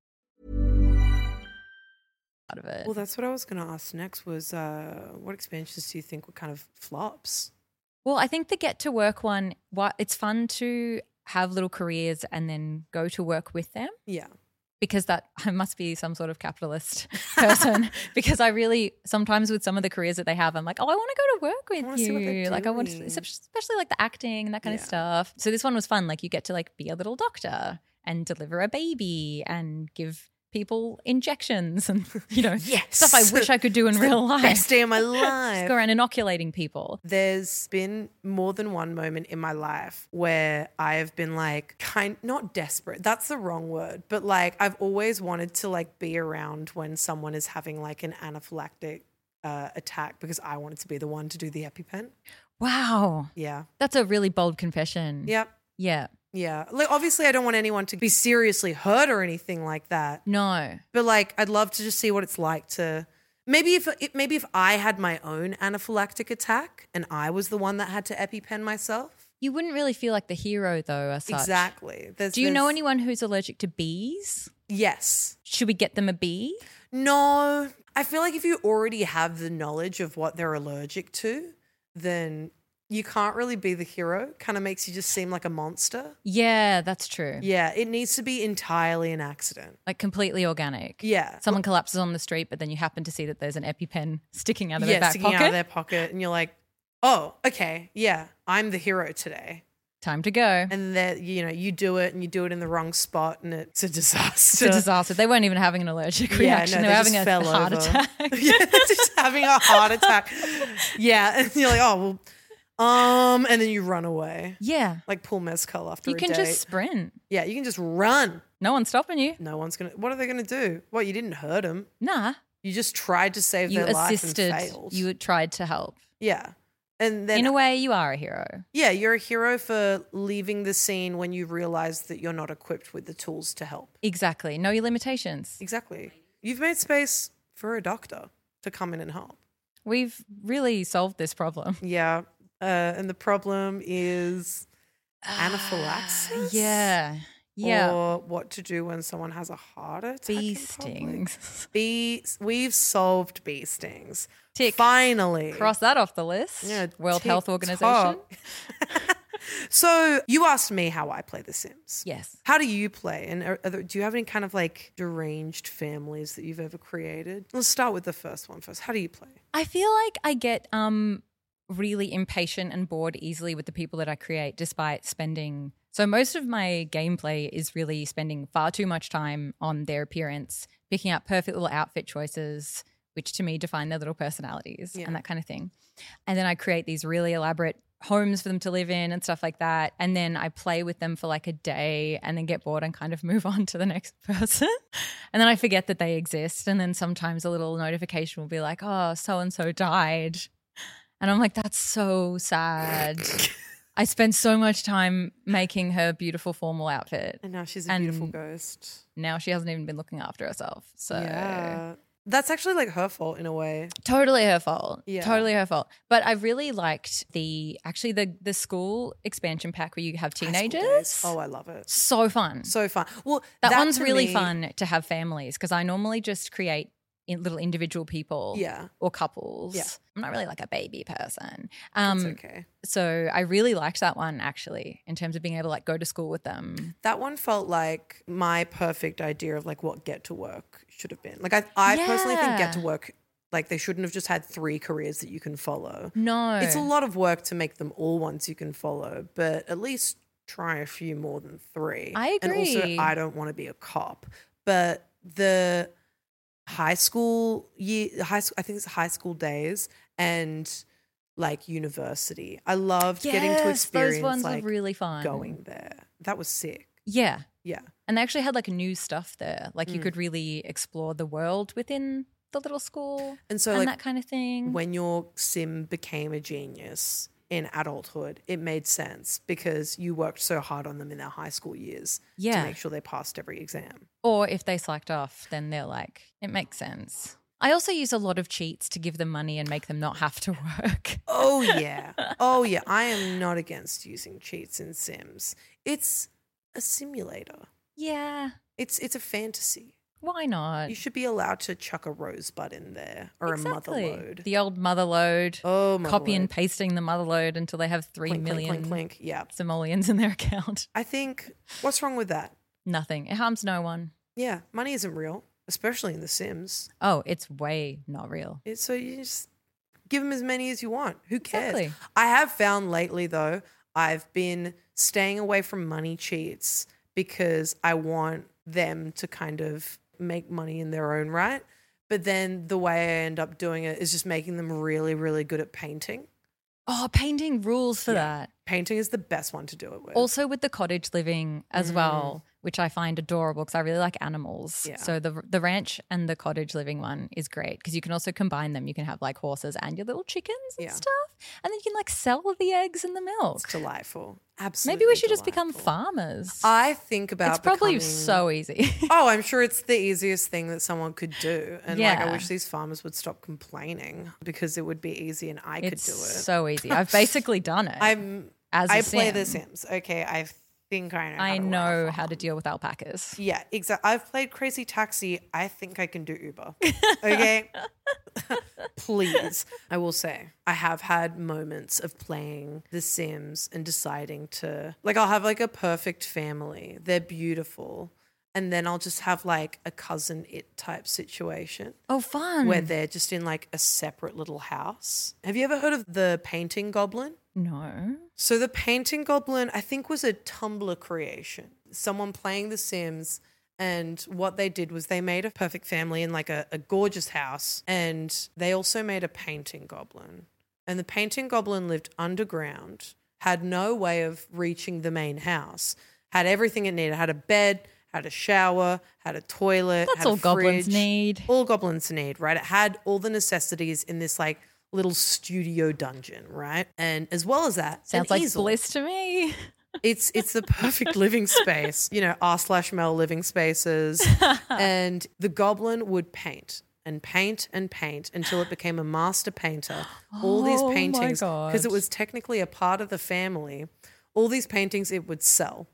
Speaker 1: out of it.
Speaker 2: Well, that's what I was going to ask next was uh, what expansions do you think were kind of flops?
Speaker 1: Well, I think the get to work one, why- it's fun to have little careers and then go to work with them.
Speaker 2: Yeah.
Speaker 1: because that I must be some sort of capitalist person because I really sometimes with some of the careers that they have I'm like oh I want to go to work with
Speaker 2: wanna
Speaker 1: you
Speaker 2: see what they're
Speaker 1: like I want to
Speaker 2: doing.
Speaker 1: especially like the acting and that kind of
Speaker 2: Yeah.
Speaker 1: stuff so this one was fun like you get to like be a little doctor and deliver a baby and give people injections and you know stuff I wish I could do in
Speaker 2: It's the
Speaker 1: real life
Speaker 2: Best day of my
Speaker 1: Just
Speaker 2: life.
Speaker 1: go around inoculating people
Speaker 2: There's been more than one moment in my life where I have been like kind not desperate. That's the wrong word, but like I've always wanted to like be around when someone is having like an anaphylactic uh, attack because I wanted to be the one to do the EpiPen.
Speaker 1: wow
Speaker 2: Yeah.
Speaker 1: that's a really bold confession
Speaker 2: Yep.
Speaker 1: yeah
Speaker 2: Yeah. Like obviously I don't want anyone to be seriously hurt or anything like that.
Speaker 1: no
Speaker 2: But like I'd love to just see what it's like to maybe if it, maybe if I had my own anaphylactic attack and I was the one that had to EpiPen myself.
Speaker 1: you wouldn't really feel like the hero though as such
Speaker 2: Exactly. There's,
Speaker 1: Do you know
Speaker 2: there's-
Speaker 1: anyone who's allergic to bees?
Speaker 2: Yes.
Speaker 1: Should we get them a bee?
Speaker 2: No. I feel like if you already have the knowledge of what they're allergic to, then you can't really be the hero. Kind of makes you just seem like a monster.
Speaker 1: Yeah, that's true.
Speaker 2: Yeah, it needs to be entirely an accident.
Speaker 1: Like completely organic.
Speaker 2: Yeah.
Speaker 1: Someone collapses on the street, but then you happen to see that there's an EpiPen sticking out of
Speaker 2: yeah,
Speaker 1: their back
Speaker 2: sticking
Speaker 1: pocket.
Speaker 2: out of their pocket, and you're like, "Oh, okay, yeah, I'm the hero today."
Speaker 1: Time to go.
Speaker 2: And that you know you do it, and you do it in the wrong spot, and it's a
Speaker 1: It's
Speaker 2: disaster.
Speaker 1: a disaster. They weren't even having an allergic
Speaker 2: Yeah,
Speaker 1: reaction. they
Speaker 2: no,
Speaker 1: were
Speaker 2: just
Speaker 1: having a
Speaker 2: fell
Speaker 1: heart
Speaker 2: over.
Speaker 1: attack.
Speaker 2: yeah, just having a heart attack. Yeah, and you're like, "Oh, well, um," and then you run away,
Speaker 1: yeah.
Speaker 2: like pull mezcal after.
Speaker 1: You
Speaker 2: a
Speaker 1: can
Speaker 2: date.
Speaker 1: just sprint.
Speaker 2: yeah, you can just run.
Speaker 1: No one's stopping you.
Speaker 2: No one's gonna. What are they gonna do? Well, you didn't hurt them.
Speaker 1: Nah.
Speaker 2: You just tried to save
Speaker 1: You
Speaker 2: their
Speaker 1: assisted.
Speaker 2: life and failed.
Speaker 1: You tried to help.
Speaker 2: yeah, and then
Speaker 1: In a way, you are a hero.
Speaker 2: Yeah, you're a hero for leaving the scene when you realize that you're not equipped with the tools to help.
Speaker 1: Exactly. Know your limitations.
Speaker 2: Exactly. You've made space for a doctor to come in and help.
Speaker 1: We've really solved this problem.
Speaker 2: Yeah. Uh, and the problem is
Speaker 1: Ah,
Speaker 2: anaphylaxis?
Speaker 1: Yeah. Yeah.
Speaker 2: Or what to do when someone has a heart attack.
Speaker 1: bee
Speaker 2: in public.
Speaker 1: stings.
Speaker 2: Bee, we've solved bee stings.
Speaker 1: Tick.
Speaker 2: Finally.
Speaker 1: Cross that off the list.
Speaker 2: Yeah,
Speaker 1: World Health
Speaker 2: tick
Speaker 1: Organization.
Speaker 2: tock. so you asked me how I play The Sims.
Speaker 1: Yes.
Speaker 2: How do you play? And are, are there, do you have any kind of like deranged families that you've ever created? Let's start with the first one first. How do you play?
Speaker 1: I feel like I get um really impatient and bored easily with the people that I create despite spending so most of my gameplay is really spending far too much time on their appearance, picking out perfect little outfit choices, which to me define their little personalities
Speaker 2: Yeah.
Speaker 1: and that kind of thing. And then I create these really elaborate homes for them to live in and stuff like that. And then I play with them for like a day and then get bored and kind of move on to the next person. and then I forget that they exist. And then sometimes a little notification will be like, oh, so and so died. And I'm like, that's so sad. I spent so much time making her beautiful formal outfit.
Speaker 2: And now she's a
Speaker 1: And-
Speaker 2: beautiful ghost.
Speaker 1: Now she hasn't even been looking after herself. So
Speaker 2: Yeah. That's actually like her fault in a way.
Speaker 1: Totally her fault.
Speaker 2: Yeah.
Speaker 1: Totally her fault. But I really liked the actually the the school expansion pack where you have
Speaker 2: High school days.
Speaker 1: teenagers.
Speaker 2: Oh, I love it.
Speaker 1: so fun.
Speaker 2: So fun. Well,
Speaker 1: that, one's
Speaker 2: to
Speaker 1: really
Speaker 2: me-
Speaker 1: fun to have families because I normally just create in little individual people
Speaker 2: Yeah.
Speaker 1: or couples.
Speaker 2: Yeah.
Speaker 1: I'm not really like a baby person. Um,
Speaker 2: It's okay.
Speaker 1: So I really liked that one actually in terms of being able to like go to school with them.
Speaker 2: That one felt like my perfect idea of like what get to work should have been. Like I, I personally think get
Speaker 1: Yeah.
Speaker 2: to work, like they shouldn't have just had three careers that you can follow.
Speaker 1: No.
Speaker 2: It's a lot of work to make them all ones you can follow, but at least try a few more than three.
Speaker 1: I
Speaker 2: And also,
Speaker 1: agree.
Speaker 2: I don't want to be a cop, but the high school year, high school, I think it's high school days and like university. I loved getting to
Speaker 1: Yes,
Speaker 2: experience
Speaker 1: Those ones
Speaker 2: like
Speaker 1: were really fun.
Speaker 2: going there. That was sick.
Speaker 1: Yeah.
Speaker 2: Yeah.
Speaker 1: And they actually had like new stuff there. Like you
Speaker 2: Mm.
Speaker 1: could really explore the world within the little school
Speaker 2: And so,
Speaker 1: and
Speaker 2: like,
Speaker 1: that kind of thing.
Speaker 2: when your sim became a genius in adulthood, it made sense because you worked so hard on them in their high school years
Speaker 1: Yeah.
Speaker 2: to make sure they passed every exam.
Speaker 1: Or if they slacked off, then they're like, it makes sense. I also use a lot of cheats to give them money and make them not have to work.
Speaker 2: Oh, yeah. oh, yeah. I am not against using cheats in Sims. It's a simulator,
Speaker 1: Yeah.
Speaker 2: it's, it's a fantasy.
Speaker 1: Why not?
Speaker 2: You should be allowed to chuck a rosebud in there or
Speaker 1: Exactly.
Speaker 2: a mother load.
Speaker 1: The old mother load.
Speaker 2: oh, mother
Speaker 1: copy and
Speaker 2: load.
Speaker 1: pasting the mother load until they have three
Speaker 2: Clink,
Speaker 1: million
Speaker 2: clink, clink, clink. Yeah.
Speaker 1: simoleons in their account.
Speaker 2: I think, what's wrong with that?
Speaker 1: Nothing. It harms no one.
Speaker 2: Yeah. Money isn't real, especially in The Sims.
Speaker 1: Oh, it's way not real.
Speaker 2: It's so you just give them as many as you want. Who cares?
Speaker 1: Exactly.
Speaker 2: I have found lately though, I've been staying away from money cheats because I want them to kind of make money in their own right. But then the way I end up doing it is just making them really, really good at painting.
Speaker 1: Oh, painting rules for
Speaker 2: Yeah.
Speaker 1: that.
Speaker 2: Painting is the best one to do it with. Mm.
Speaker 1: Also with the cottage living as well, which I find adorable because I really like animals.
Speaker 2: Yeah.
Speaker 1: So the the ranch and the cottage living one is great because you can also combine them. You can have like horses and your little chickens and
Speaker 2: Yeah.
Speaker 1: stuff, and then you can like sell the eggs and the milk.
Speaker 2: it's delightful. Absolutely.
Speaker 1: Maybe we should just become
Speaker 2: delightful.
Speaker 1: farmers.
Speaker 2: I think about
Speaker 1: it's probably
Speaker 2: becoming-
Speaker 1: so easy.
Speaker 2: Oh, I'm sure it's the easiest thing that someone could do. And like I
Speaker 1: Yeah.
Speaker 2: wish these farmers would stop complaining because it would be easy and I could
Speaker 1: it's
Speaker 2: do it.
Speaker 1: so easy. I've basically done it.
Speaker 2: I'm
Speaker 1: as a
Speaker 2: I play The
Speaker 1: Sim.
Speaker 2: Sims. Okay, I think I know. How
Speaker 1: I
Speaker 2: to
Speaker 1: know
Speaker 2: laugh.
Speaker 1: how to deal with alpacas.
Speaker 2: Yeah, exactly. I've played Crazy Taxi. I think I can do Uber. Okay. Please. I will say, I have had moments of playing The Sims and deciding to, like, I'll have like a perfect family. They're beautiful. And then I'll just have like a cousin it type situation
Speaker 1: Oh, fun.
Speaker 2: where they're just in like a separate little house. Have you ever heard of the painting goblin?
Speaker 1: no.
Speaker 2: So the painting goblin, I think, was a Tumblr creation. Someone playing The Sims, and what they did was they made a perfect family in like a, a gorgeous house, and they also made a painting goblin. And the painting goblin lived underground, had no way of reaching the main house, had everything it needed, had a bed, had a shower, had a toilet.
Speaker 1: That's
Speaker 2: had a
Speaker 1: all goblins
Speaker 2: fridge.
Speaker 1: need.
Speaker 2: All goblins need, right? It had all the necessities in this like little studio dungeon, right? And as well as that,
Speaker 1: Sounds
Speaker 2: an
Speaker 1: like
Speaker 2: easel.
Speaker 1: bliss to me.
Speaker 2: It's it's the perfect living space, you know, r slash mel living spaces. and the goblin would paint and paint and paint until it became a master painter. All these
Speaker 1: Oh my
Speaker 2: paintings, because it
Speaker 1: God.
Speaker 2: was technically a part of the family. All these paintings it would sell,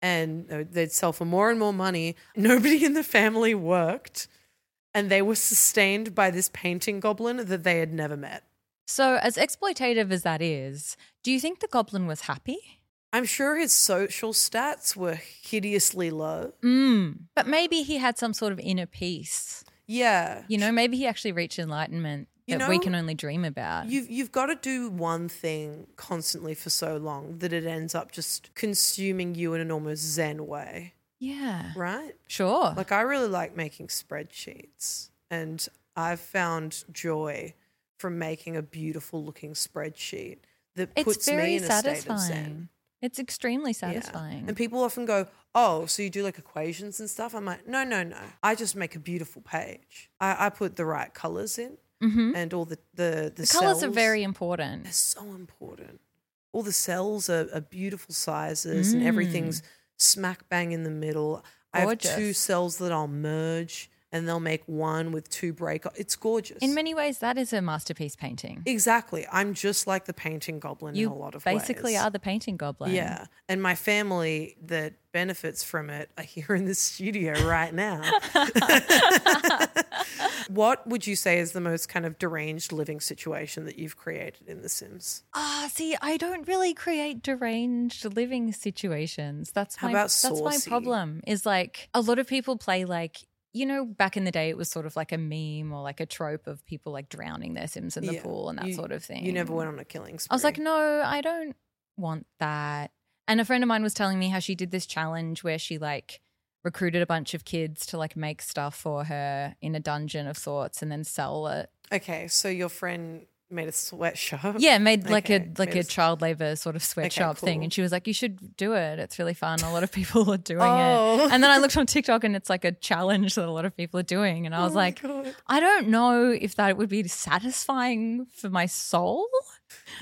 Speaker 2: and uh, they'd sell for more and more money. Nobody in the family worked, and they were sustained by this painting goblin that they had never met.
Speaker 1: So, as exploitative as that is, do you think the goblin was happy?
Speaker 2: I'm sure his social stats were hideously low.
Speaker 1: Mm. But maybe he had some sort of inner peace.
Speaker 2: Yeah.
Speaker 1: You know, maybe he actually reached enlightenment
Speaker 2: You
Speaker 1: that we
Speaker 2: know,
Speaker 1: can only dream about.
Speaker 2: You've you've got to do one thing constantly for so long that it ends up just consuming you in an almost zen way,
Speaker 1: yeah.
Speaker 2: right?
Speaker 1: Sure.
Speaker 2: Like I really like making spreadsheets, and I've found joy from making a beautiful looking spreadsheet that
Speaker 1: it's
Speaker 2: puts
Speaker 1: very
Speaker 2: me in a
Speaker 1: satisfying.
Speaker 2: state of zen.
Speaker 1: It's extremely
Speaker 2: Yeah.
Speaker 1: satisfying.
Speaker 2: And people often go, "Oh, so you do like equations and stuff?" I'm like, "No, no, no. I just make a beautiful page. I, I put the right colors in, and all the the the,
Speaker 1: Mm-hmm. Hmm? the colors are
Speaker 2: cells-
Speaker 1: very important.
Speaker 2: They're so important. All the cells are, are beautiful sizes, and everything's smack bang in the middle. I have two
Speaker 1: Mm. Gorgeous.
Speaker 2: cells that I'll merge, and they'll make one with two break. It's gorgeous.
Speaker 1: In many ways, that is a masterpiece painting.
Speaker 2: exactly. I'm just like the painting goblin
Speaker 1: you
Speaker 2: in a lot of ways.
Speaker 1: basically are the painting goblin.
Speaker 2: Yeah. And my family that benefits from it are here in the studio right now. what would you say is the most kind of deranged living situation that you've created in The Sims?
Speaker 1: Ah, see, I don't really create deranged living situations. That's
Speaker 2: How
Speaker 1: my
Speaker 2: about
Speaker 1: that's my
Speaker 2: saucy?
Speaker 1: problem. Is like a lot of people play like you know back in the day it was sort of like a meme or like a trope of people like drowning their sims in the
Speaker 2: Yeah.
Speaker 1: pool and that
Speaker 2: You-
Speaker 1: sort of thing.
Speaker 2: You never went on a killing spree.
Speaker 1: I was like, no, I don't want that. And a friend of mine was telling me how she did this challenge where she like recruited a bunch of kids to like make stuff for her in a dungeon of sorts and then sell it.
Speaker 2: Okay, so your friend made a sweatshop.
Speaker 1: Yeah, made like
Speaker 2: Okay,
Speaker 1: a like
Speaker 2: made
Speaker 1: a child labor sort of sweatshop thing.
Speaker 2: cool.
Speaker 1: And she was like, You should do it. It's really fun. A lot of people are doing
Speaker 2: Oh.
Speaker 1: it. And then I looked on TikTok and it's like a challenge that a lot of people are doing. And I was
Speaker 2: Oh my
Speaker 1: like,
Speaker 2: God.
Speaker 1: I don't know if that would be satisfying for my soul.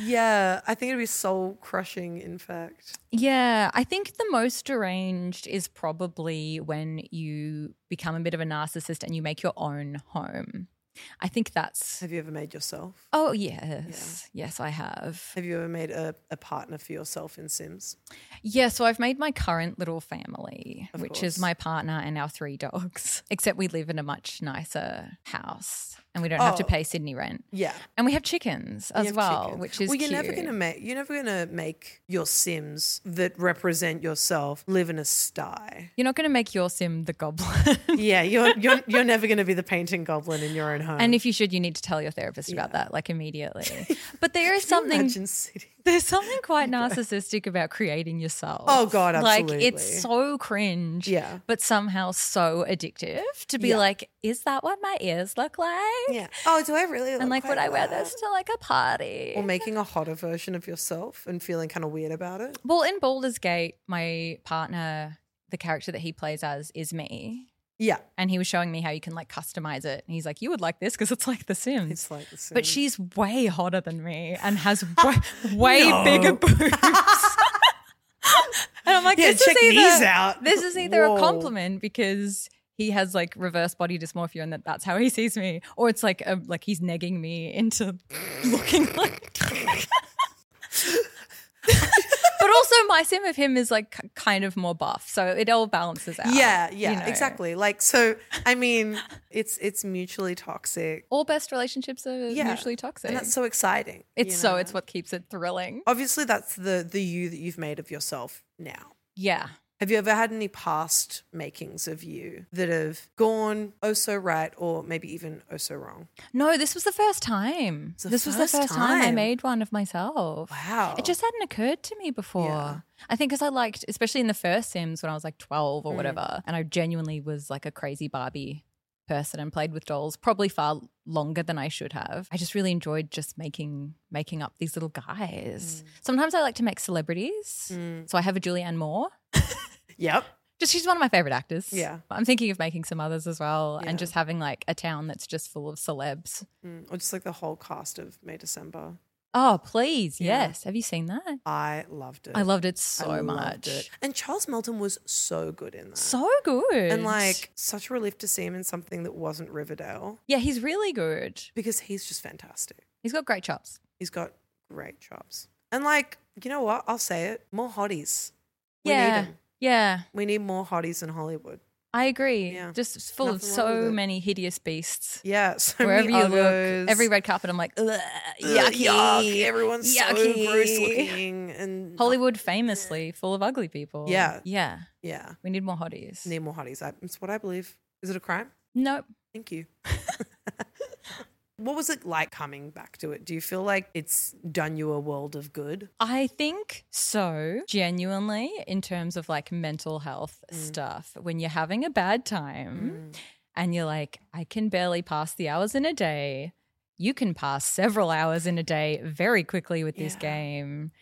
Speaker 2: Yeah, I think it'd be soul crushing, in fact.
Speaker 1: Yeah, I think the most deranged is probably when you become a bit of a narcissist and you make your own home. I think that's.
Speaker 2: Have you ever made yourself?
Speaker 1: Oh, yes. Yes, I have.
Speaker 2: Have you ever made a, a partner for yourself in Sims?
Speaker 1: Yeah, so I've made my current little family,
Speaker 2: Of
Speaker 1: which
Speaker 2: course.
Speaker 1: is my partner and our three dogs, except we live in a much nicer house and we don't have to
Speaker 2: Oh.
Speaker 1: pay Sydney rent.
Speaker 2: Yeah.
Speaker 1: And we have chickens as
Speaker 2: You have
Speaker 1: well,
Speaker 2: chicken.
Speaker 1: which is
Speaker 2: well, you're never
Speaker 1: cute.
Speaker 2: gonna make you're never gonna make your Sims that represent yourself live in a sty.
Speaker 1: You're not going to make your sim the goblin.
Speaker 2: Yeah, you're you're you're never gonna be the painting goblin in your own home.
Speaker 1: and if you should, you need to tell your therapist about that like immediately. But there is something
Speaker 2: Imagine sitting.
Speaker 1: There's something quite narcissistic about creating yourself.
Speaker 2: Oh, God,
Speaker 1: Like
Speaker 2: absolutely.
Speaker 1: it's so cringe,
Speaker 2: Yeah.
Speaker 1: but somehow so addictive to be
Speaker 2: Yeah.
Speaker 1: like, is that what my ears look like?
Speaker 2: Yeah. Oh, do I really?
Speaker 1: And like, would I wear this to like a party?
Speaker 2: Or making a hotter version of yourself and feeling kind of weird about it.
Speaker 1: well, in Baldur's Gate, my partner, the character that he plays as, is me.
Speaker 2: Yeah,
Speaker 1: And he was showing me how you can like customize it. And he's like, you would like this because it's like The Sims.
Speaker 2: it's like the Sims.
Speaker 1: but she's way hotter than me and has way, way bigger boobs. and I'm like,
Speaker 2: Yeah,
Speaker 1: this
Speaker 2: check
Speaker 1: is
Speaker 2: these
Speaker 1: either,
Speaker 2: out.
Speaker 1: This is either
Speaker 2: Whoa.
Speaker 1: a compliment because he has like reverse body dysmorphia and that that's how he sees me, or it's like a, like he's negging me into looking like. but also, my sim of him is like k- kind of more buff, so it all balances out.
Speaker 2: Yeah,
Speaker 1: you
Speaker 2: yeah,
Speaker 1: know.
Speaker 2: exactly. Like so I mean, it's it's mutually toxic.
Speaker 1: All best relationships are
Speaker 2: Yeah.
Speaker 1: mutually toxic.
Speaker 2: And that's so exciting.
Speaker 1: it's
Speaker 2: you
Speaker 1: so
Speaker 2: know?
Speaker 1: it's what keeps it thrilling.
Speaker 2: obviously that's the the you that you've made of yourself now.
Speaker 1: Yeah.
Speaker 2: Have you ever had any past makings of you that have gone oh so right or maybe even oh so wrong?
Speaker 1: No, this was the first time.
Speaker 2: It's the
Speaker 1: this was the
Speaker 2: first
Speaker 1: first time. I
Speaker 2: time.
Speaker 1: made one of myself.
Speaker 2: Wow.
Speaker 1: It just hadn't occurred to me before.
Speaker 2: Yeah.
Speaker 1: I think because I liked, especially in the first Sims when I was like 12
Speaker 2: Mm.
Speaker 1: or whatever, and I genuinely was like a crazy Barbie person and played with dolls probably far longer than I should have. I just really enjoyed just making making up these little guys.
Speaker 2: Mm.
Speaker 1: Sometimes I like to make celebrities. So I have a Julianne Moore.
Speaker 2: Yep.
Speaker 1: Just she's one of my favorite actors.
Speaker 2: Yeah.
Speaker 1: I'm thinking of making some others as well
Speaker 2: Yeah.
Speaker 1: and just having like a town that's just full of celebs.
Speaker 2: Mm, Or just like the whole cast of May December.
Speaker 1: Oh, please.
Speaker 2: Yeah.
Speaker 1: Yes. Have you seen that?
Speaker 2: I loved it.
Speaker 1: I loved it
Speaker 2: I
Speaker 1: so
Speaker 2: loved
Speaker 1: much.
Speaker 2: it. And Charles Melton was so good in that.
Speaker 1: So good.
Speaker 2: and like such a relief to see him in something that wasn't Riverdale
Speaker 1: yeah, he's really good.
Speaker 2: because he's just fantastic.
Speaker 1: He's got great chops.
Speaker 2: He's got great chops. And like, you know what? I'll say it. More hotties. We need
Speaker 1: yeah.
Speaker 2: 'em.
Speaker 1: Yeah.
Speaker 2: We need more hotties in Hollywood.
Speaker 1: I agree.
Speaker 2: Yeah.
Speaker 1: Just full of
Speaker 2: Nothing wrong with
Speaker 1: so
Speaker 2: it.
Speaker 1: many hideous beasts.
Speaker 2: Yeah, so
Speaker 1: Wherever
Speaker 2: many
Speaker 1: you
Speaker 2: others.
Speaker 1: look, every red carpet, I'm like, Ugh,
Speaker 2: Ugh,
Speaker 1: yucky.
Speaker 2: yuck. Everyone's
Speaker 1: yucky."
Speaker 2: so gross looking, and
Speaker 1: Hollywood famously full of ugly people.
Speaker 2: Yeah.
Speaker 1: Yeah.
Speaker 2: Yeah,
Speaker 1: We need more hotties.
Speaker 2: need more hotties. I- It's what I believe. Is it a crime?
Speaker 1: nope.
Speaker 2: Thank you. what was it like coming back to it? Do you feel like it's done you a world of good?
Speaker 1: I think so, genuinely, in terms of like mental health
Speaker 2: Mm.
Speaker 1: stuff. When you're having a bad time and you're like, I can barely pass the hours in a day, you can pass several hours in a day very quickly with this
Speaker 2: Yeah.
Speaker 1: game.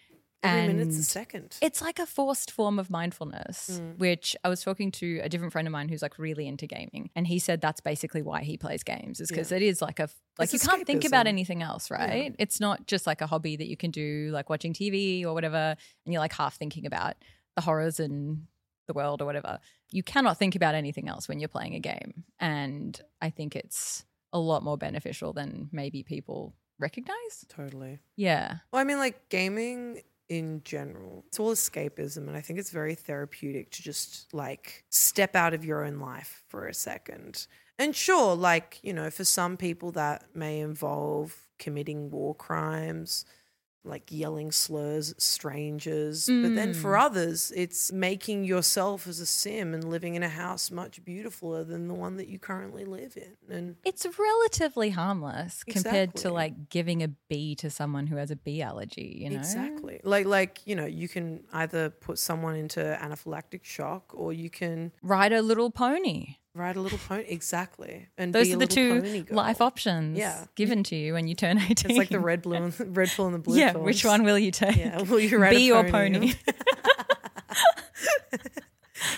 Speaker 2: Every minute's a
Speaker 1: And-
Speaker 2: second.
Speaker 1: It's like a forced form of mindfulness,
Speaker 2: Mm.
Speaker 1: which I was talking to a different friend of mine who's like really into gaming, and he said that's basically why he plays games is because it is like a like
Speaker 2: It's
Speaker 1: you can't think about
Speaker 2: escapism.
Speaker 1: anything else, right? It's not just like a hobby that you can do like watching TV or whatever, and you're like half thinking about the horrors and the world or whatever. You cannot think about anything else when you're playing a game. And I think it's a lot more beneficial than maybe people recognize.
Speaker 2: Totally.
Speaker 1: Yeah.
Speaker 2: Well, I mean, like gaming in general, it's all escapism. And I think it's very therapeutic to just like step out of your own life for a second. And sure, like, you know, for some people that may involve committing war crimes, like yelling slurs at strangers. But then for others, it's making yourself as a sim and living in a house much beautifuler than the one that you currently live in. And
Speaker 1: It's relatively harmless compared
Speaker 2: Exactly.
Speaker 1: to like giving a bee to someone who has a bee allergy, you know?
Speaker 2: Exactly. Like like, you know, you can either put someone into anaphylactic shock or you can
Speaker 1: Ride a little pony.
Speaker 2: ride a little pony. Exactly. And
Speaker 1: Those
Speaker 2: be a
Speaker 1: are the
Speaker 2: little pony
Speaker 1: two
Speaker 2: girl.
Speaker 1: life options
Speaker 2: Yeah.
Speaker 1: given to you when you turn 18.
Speaker 2: It's like the red blue and red pill and the blue
Speaker 1: Yeah,
Speaker 2: pill.
Speaker 1: which one will you take?
Speaker 2: Yeah, will you ride a
Speaker 1: bee or
Speaker 2: pony?
Speaker 1: pony?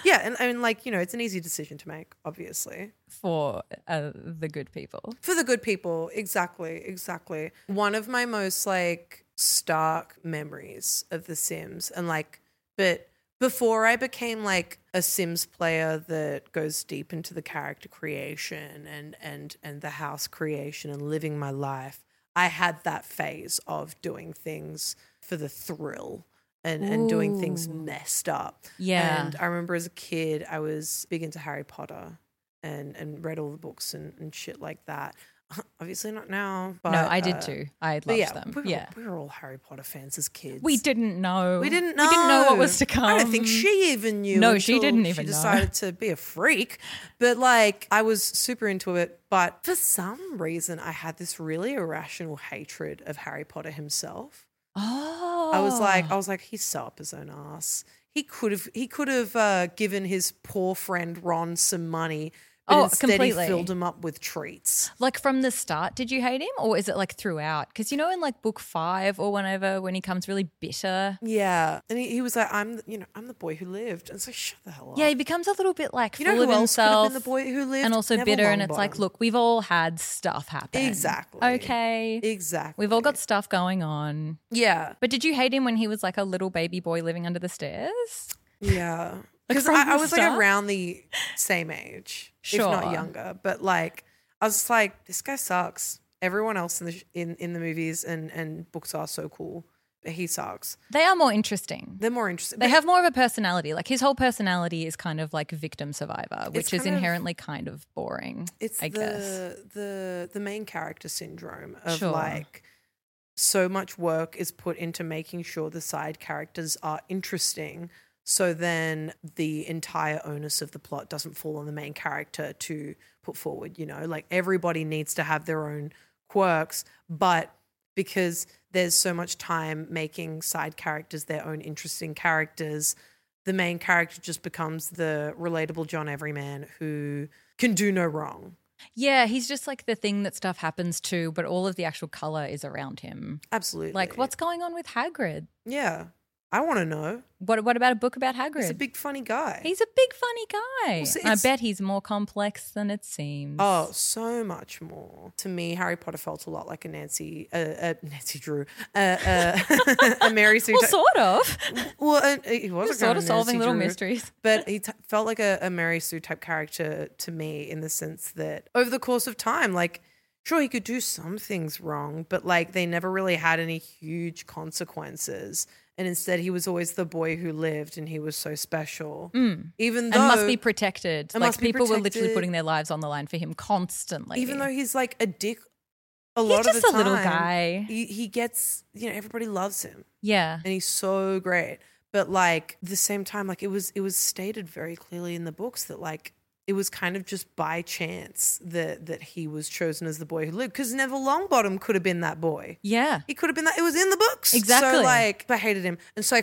Speaker 2: Yeah, and I mean like, you know, it's an easy decision to make, obviously.
Speaker 1: for uh, the good people.
Speaker 2: For the good people, exactly, exactly. One of my most like stark memories of The Sims, and like, but before I became like a Sims player that goes deep into the character creation and and and the house creation and living my life, I had that phase of doing things for the thrill and and doing things messed up.
Speaker 1: Yeah.
Speaker 2: and I remember as a kid, I was big into Harry Potter and and read all the books and, and shit like that. Obviously not now, but
Speaker 1: no, I did
Speaker 2: uh,
Speaker 1: too. I loved
Speaker 2: But yeah,
Speaker 1: them.
Speaker 2: We were,
Speaker 1: yeah.
Speaker 2: we were all Harry Potter fans as kids.
Speaker 1: We didn't know.
Speaker 2: We didn't know.
Speaker 1: We didn't know what was to come.
Speaker 2: I don't think she even knew.
Speaker 1: No, she
Speaker 2: until
Speaker 1: didn't even
Speaker 2: She
Speaker 1: know.
Speaker 2: decided to be a freak. But like, I was super into it. But for some reason, I had this really irrational hatred of Harry Potter himself.
Speaker 1: Oh.
Speaker 2: I was like, I was like, he's so up his own ass. He could have, he could have uh, given his poor friend Ron some money. But
Speaker 1: Oh,
Speaker 2: instead
Speaker 1: completely.
Speaker 2: He filled him up with treats.
Speaker 1: Like from the start, did you hate him, or is it like throughout? Because you know, in like book five or whenever, when he comes really bitter,
Speaker 2: Yeah, and he, he was like, I'm, the- you know, I'm the boy who lived. And so shut the hell up.
Speaker 1: yeah, he becomes a little bit like
Speaker 2: You know
Speaker 1: full of
Speaker 2: who else could have been
Speaker 1: himself,
Speaker 2: the boy who lived?
Speaker 1: and also
Speaker 2: Neville
Speaker 1: bitter. And it's
Speaker 2: Longbottom.
Speaker 1: like, look, we've all had stuff happen.
Speaker 2: Exactly.
Speaker 1: Okay.
Speaker 2: Exactly.
Speaker 1: We've all got stuff going on.
Speaker 2: Yeah.
Speaker 1: But did you hate him when he was like a little baby boy living under the stairs?
Speaker 2: Yeah.
Speaker 1: Like,
Speaker 2: Because
Speaker 1: from
Speaker 2: I,
Speaker 1: the
Speaker 2: I was like
Speaker 1: start?
Speaker 2: around the same age, if not
Speaker 1: Sure.
Speaker 2: younger. But like, I was just like, this guy sucks. Everyone else in the sh- in, in the movies and, and books are so cool, but he sucks.
Speaker 1: They are more interesting.
Speaker 2: They're more interesting.
Speaker 1: They have more of a personality. Like his whole personality is kind of like victim survivor, which is
Speaker 2: kind of-
Speaker 1: inherently kind of boring.
Speaker 2: it's
Speaker 1: I
Speaker 2: the
Speaker 1: guess.
Speaker 2: the the main character syndrome of
Speaker 1: Sure.
Speaker 2: like so much work is put into making sure the side characters are interesting so then the entire onus of the plot doesn't fall on the main character to put forward you know like everybody needs to have their own quirks but because there's so much time making side characters their own interesting characters the main character just becomes the relatable John Everyman who can do no wrong.
Speaker 1: Yeah, he's just like the thing that stuff happens to, but all of the actual color is around him.
Speaker 2: Absolutely.
Speaker 1: Like, what's going on with Hagrid?
Speaker 2: Yeah. I want to know.
Speaker 1: What What about a book about Hagrid?
Speaker 2: He's a big funny guy.
Speaker 1: He's a big funny guy.
Speaker 2: see,
Speaker 1: I
Speaker 2: it's-
Speaker 1: bet he's more complex than it seems.
Speaker 2: Oh, so much more. To me, Harry Potter felt a lot like a Nancy, uh, uh, Nancy Drew, uh, uh, a Mary Sue.
Speaker 1: well, sort of.
Speaker 2: type. Well, and uh, he was a
Speaker 1: Just sort
Speaker 2: kind
Speaker 1: of solving
Speaker 2: Nancy
Speaker 1: little
Speaker 2: Drew.
Speaker 1: mysteries.
Speaker 2: But he t- felt like a, a Mary Sue type character to me in the sense that over the course of time, like, sure, he could do some things wrong, but like they never really had any huge consequences. And instead, he was always the boy who lived and he was so special. Even though.
Speaker 1: Mm. and must be protected.
Speaker 2: And
Speaker 1: like
Speaker 2: must be
Speaker 1: people were literally
Speaker 2: protected.
Speaker 1: putting their lives on the line for him constantly.
Speaker 2: even though he's like a dick a
Speaker 1: He's
Speaker 2: lot of
Speaker 1: just
Speaker 2: the
Speaker 1: a little
Speaker 2: time,
Speaker 1: guy.
Speaker 2: he, he gets you know everybody loves him
Speaker 1: yeah,
Speaker 2: and he's so great but like at the same time like it was it was stated very clearly in the books that like it was kind of just by chance that that he was chosen as the boy who lived because neville longbottom could have been that boy
Speaker 1: yeah.
Speaker 2: he could have been that it was in the books so
Speaker 1: Exactly.
Speaker 2: like i hated him and so i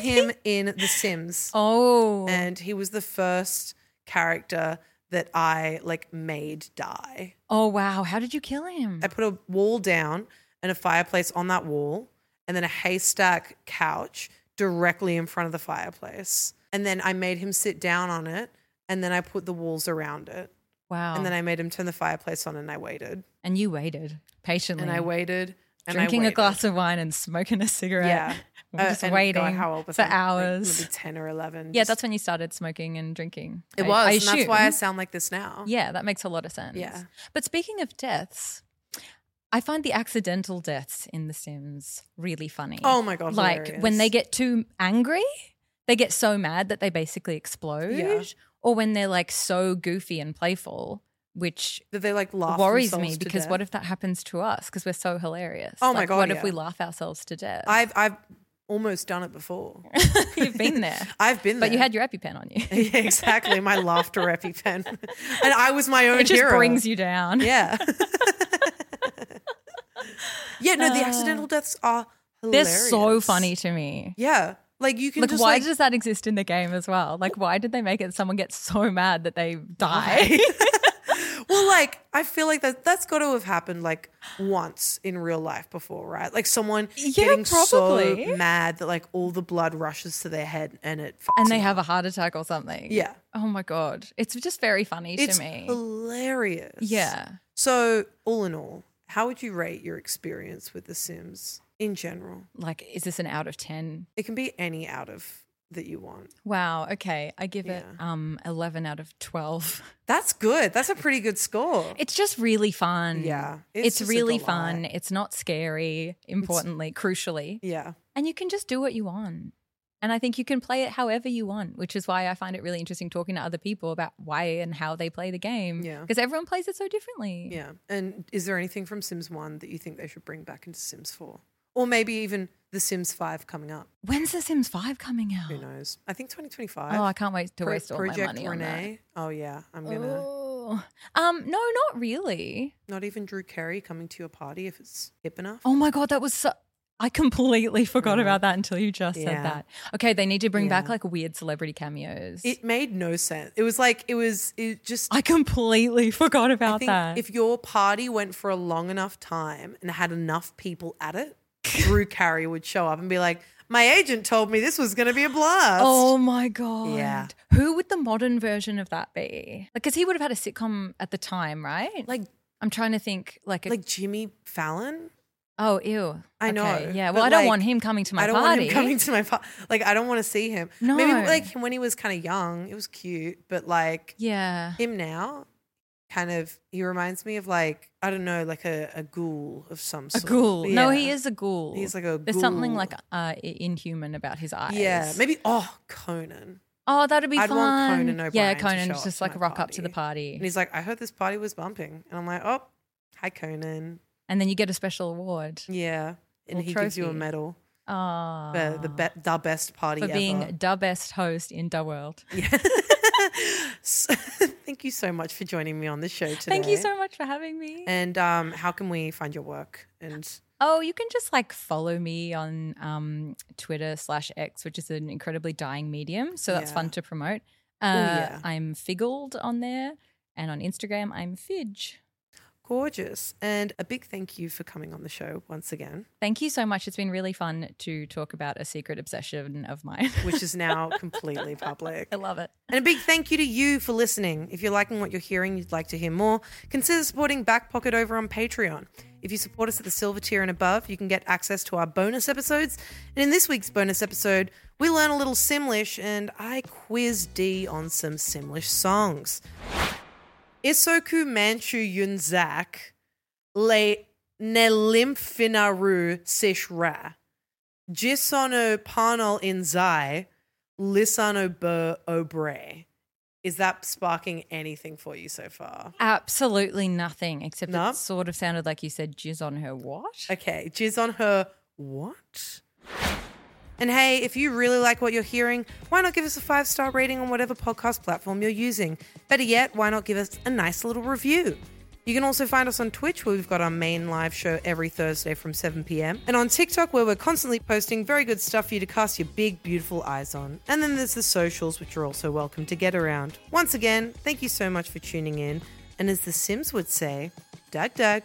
Speaker 2: him in the sims
Speaker 1: Oh,
Speaker 2: and he was the first character that i like made die
Speaker 1: oh wow! How did you kill him?
Speaker 2: I put a wall down and a fireplace on that wall, and then a haystack couch directly in front of the fireplace. And then I made him sit down on it, and then I put the walls around it.
Speaker 1: Wow! Oh.
Speaker 2: And then I made him turn the fireplace on, and I waited.
Speaker 1: and you waited patiently.
Speaker 2: And I waited, And I
Speaker 1: drinking a
Speaker 2: waited.
Speaker 1: glass of wine and smoking a cigarette.
Speaker 2: Yeah.
Speaker 1: We're
Speaker 2: Uh,
Speaker 1: just
Speaker 2: and God,
Speaker 1: waiting
Speaker 2: how old was
Speaker 1: for
Speaker 2: I? Like,
Speaker 1: hours.
Speaker 2: maybe 10 or 11.
Speaker 1: yeah,
Speaker 2: Just-
Speaker 1: that's when you started smoking and drinking.
Speaker 2: it
Speaker 1: I-
Speaker 2: was.
Speaker 1: I
Speaker 2: and that's why I
Speaker 1: assume.
Speaker 2: sound like this now.
Speaker 1: Yeah, that makes a lot of sense.
Speaker 2: Yeah.
Speaker 1: But speaking of deaths, I find the accidental deaths in The Sims really funny.
Speaker 2: Oh my God,
Speaker 1: Like when
Speaker 2: hilarious.
Speaker 1: they get too angry, they get so mad that they basically explode.
Speaker 2: Yeah.
Speaker 1: Or when they're like so goofy and playful, which
Speaker 2: That they like laugh.
Speaker 1: worries
Speaker 2: themselves
Speaker 1: me
Speaker 2: to
Speaker 1: because
Speaker 2: death.
Speaker 1: what if that happens to us because we're so hilarious?
Speaker 2: Oh my
Speaker 1: Like,
Speaker 2: God,
Speaker 1: What
Speaker 2: yeah.
Speaker 1: if we laugh ourselves to death?
Speaker 2: I've, I've almost done it before.
Speaker 1: You've been there.
Speaker 2: I've been there.
Speaker 1: But you had your EpiPen on you.
Speaker 2: Yeah, exactly. My laughter epi pen. And I was my own
Speaker 1: It just
Speaker 2: hero.
Speaker 1: brings you down.
Speaker 2: Yeah. yeah, no, the accidental deaths are
Speaker 1: Uh. They're
Speaker 2: hilarious.
Speaker 1: so funny to me.
Speaker 2: Yeah. Like you can
Speaker 1: Like,
Speaker 2: just
Speaker 1: why
Speaker 2: like,
Speaker 1: does that exist in the game as well? Like, why did they make it someone gets so mad that they die?
Speaker 2: well, like I feel like that that's got to have happened like once in real life before, right? Like someone
Speaker 1: Yeah,
Speaker 2: getting
Speaker 1: probably.
Speaker 2: so mad that like all the blood rushes to their head and it
Speaker 1: and they
Speaker 2: fucks
Speaker 1: have a heart attack or something.
Speaker 2: Yeah.
Speaker 1: Oh my God. It's just very funny
Speaker 2: them. it's
Speaker 1: to me.
Speaker 2: hilarious.
Speaker 1: yeah.
Speaker 2: So all in all, how would you rate your experience with The Sims in general?
Speaker 1: Like, is this an out of 10?
Speaker 2: It can be any out of that you want.
Speaker 1: Wow. Okay. I give it
Speaker 2: Yeah.
Speaker 1: um 11 out of 12.
Speaker 2: That's good. That's a pretty good score.
Speaker 1: It's just really fun.
Speaker 2: Yeah, it's
Speaker 1: It's,
Speaker 2: just a
Speaker 1: really
Speaker 2: delight.
Speaker 1: fun. It's not scary, importantly, crucially.
Speaker 2: yeah.
Speaker 1: And you can just do what you want. And I think you can play it however you want, which is why I find it really interesting talking to other people about why and how they play the game.
Speaker 2: Yeah.
Speaker 1: Because everyone plays it so differently.
Speaker 2: Yeah. And is there anything from Sims 1 that you think they should bring back into Sims 4? Or maybe even The Sims 5 coming up?
Speaker 1: When's The Sims 5 coming out?
Speaker 2: Who knows? I think 2025.
Speaker 1: Oh, I can't wait to
Speaker 2: Pro-
Speaker 1: waste all my
Speaker 2: Project
Speaker 1: money
Speaker 2: Renee. Oh, yeah. I'm
Speaker 1: on that.
Speaker 2: going to.
Speaker 1: Oh. Um, no, not really.
Speaker 2: Not even Drew Carey coming to your party if it's hip enough.
Speaker 1: Oh my God, that was so. I completely forgot about that until you just
Speaker 2: Yeah.
Speaker 1: said that. Okay, they need to bring back
Speaker 2: Yeah.
Speaker 1: like weird celebrity cameos.
Speaker 2: It made no sense. It was like, it was it just.
Speaker 1: I completely forgot
Speaker 2: I
Speaker 1: about
Speaker 2: think
Speaker 1: that.
Speaker 2: if your party went for a long enough time and had enough people at it, Drew Carey would show up and be like, my agent told me this was going to be a blast.
Speaker 1: Oh my god!
Speaker 2: Yeah.
Speaker 1: Who would the modern version of that be? Like, because he would have had a sitcom at the time, right?
Speaker 2: Like,
Speaker 1: I'm trying to think. Like, a,
Speaker 2: like Jimmy Fallon.
Speaker 1: oh, ew.
Speaker 2: I know.
Speaker 1: Okay, yeah.
Speaker 2: but
Speaker 1: Well, I don't
Speaker 2: like,
Speaker 1: want him coming to my
Speaker 2: I don't
Speaker 1: party.
Speaker 2: want him coming to my party. Like, I don't want to see him. Maybe
Speaker 1: No.
Speaker 2: like when he was kind of young, it was cute, but like
Speaker 1: yeah.
Speaker 2: him now, kind of, he reminds me of like I don't know, like a, a ghoul of some
Speaker 1: A
Speaker 2: sort.
Speaker 1: ghoul. No, he
Speaker 2: Yeah.
Speaker 1: is a ghoul.
Speaker 2: He's like a
Speaker 1: There's something
Speaker 2: ghoul.
Speaker 1: like uh, i- inhuman about his eyes.
Speaker 2: Yeah, maybe. Oh, Conan.
Speaker 1: Oh, that'd be
Speaker 2: I'd
Speaker 1: fun.
Speaker 2: want Conan O'Brien.
Speaker 1: yeah,
Speaker 2: to
Speaker 1: Conan
Speaker 2: show up
Speaker 1: just
Speaker 2: to
Speaker 1: like
Speaker 2: my
Speaker 1: rock up to the
Speaker 2: And
Speaker 1: party,
Speaker 2: he's like, I heard this party was bumping, and I'm like, oh, hi Conan.
Speaker 1: and then you get a special award.
Speaker 2: Yeah, and
Speaker 1: Little
Speaker 2: he gives you a
Speaker 1: trophy.
Speaker 2: medal.
Speaker 1: Ah,
Speaker 2: for the be- the best party
Speaker 1: for
Speaker 2: ever.
Speaker 1: being the best host in the world.
Speaker 2: So- thank you so much for joining me on the show today.
Speaker 1: Thank you so much for having me.
Speaker 2: And um, how can we find your work? And
Speaker 1: Oh, you can just like follow me on um, Twitter slash X, which is an incredibly dying medium. So that's
Speaker 2: Yeah.
Speaker 1: fun to promote. Uh,
Speaker 2: yeah.
Speaker 1: I'm Figgled on there. And on Instagram, I'm Fidge.
Speaker 2: gorgeous. And a big thank you for coming on the show once again,
Speaker 1: Thank you so much. It's been really fun to talk about a secret obsession of mine.
Speaker 2: which is now completely public.
Speaker 1: I love it.
Speaker 2: And a big thank you to you for listening. If you're liking what you're hearing, you'd like to hear more, consider supporting Back Pocket over on Patreon. If you support us at the silver tier and above, you can get access to our bonus episodes. And in this week's bonus episode, we learn a little Simlish and I quiz D on some Simlish songs. Isoku Manchu Yunzak Le Nelimpfinaru Sishra Jisono Panol Inzai Lisano Bur Obre. Is that sparking anything for you so far?
Speaker 1: Absolutely nothing, except
Speaker 2: No?
Speaker 1: it sort of sounded like you said jizz on her what?
Speaker 2: Okay, jizz on her what? And hey, if you really like what you're hearing, why not give us a five star rating on whatever podcast platform you're using? Better yet, why not give us a nice little review? You can also find us on Twitch, where we've got our main live show every Thursday from 7 p.m., and on TikTok, where we're constantly posting very good stuff for you to cast your big, beautiful eyes on. And then there's the socials, which you're also welcome to get around. Once again, thank you so much for tuning in. And as The Sims would say, Dag Dag.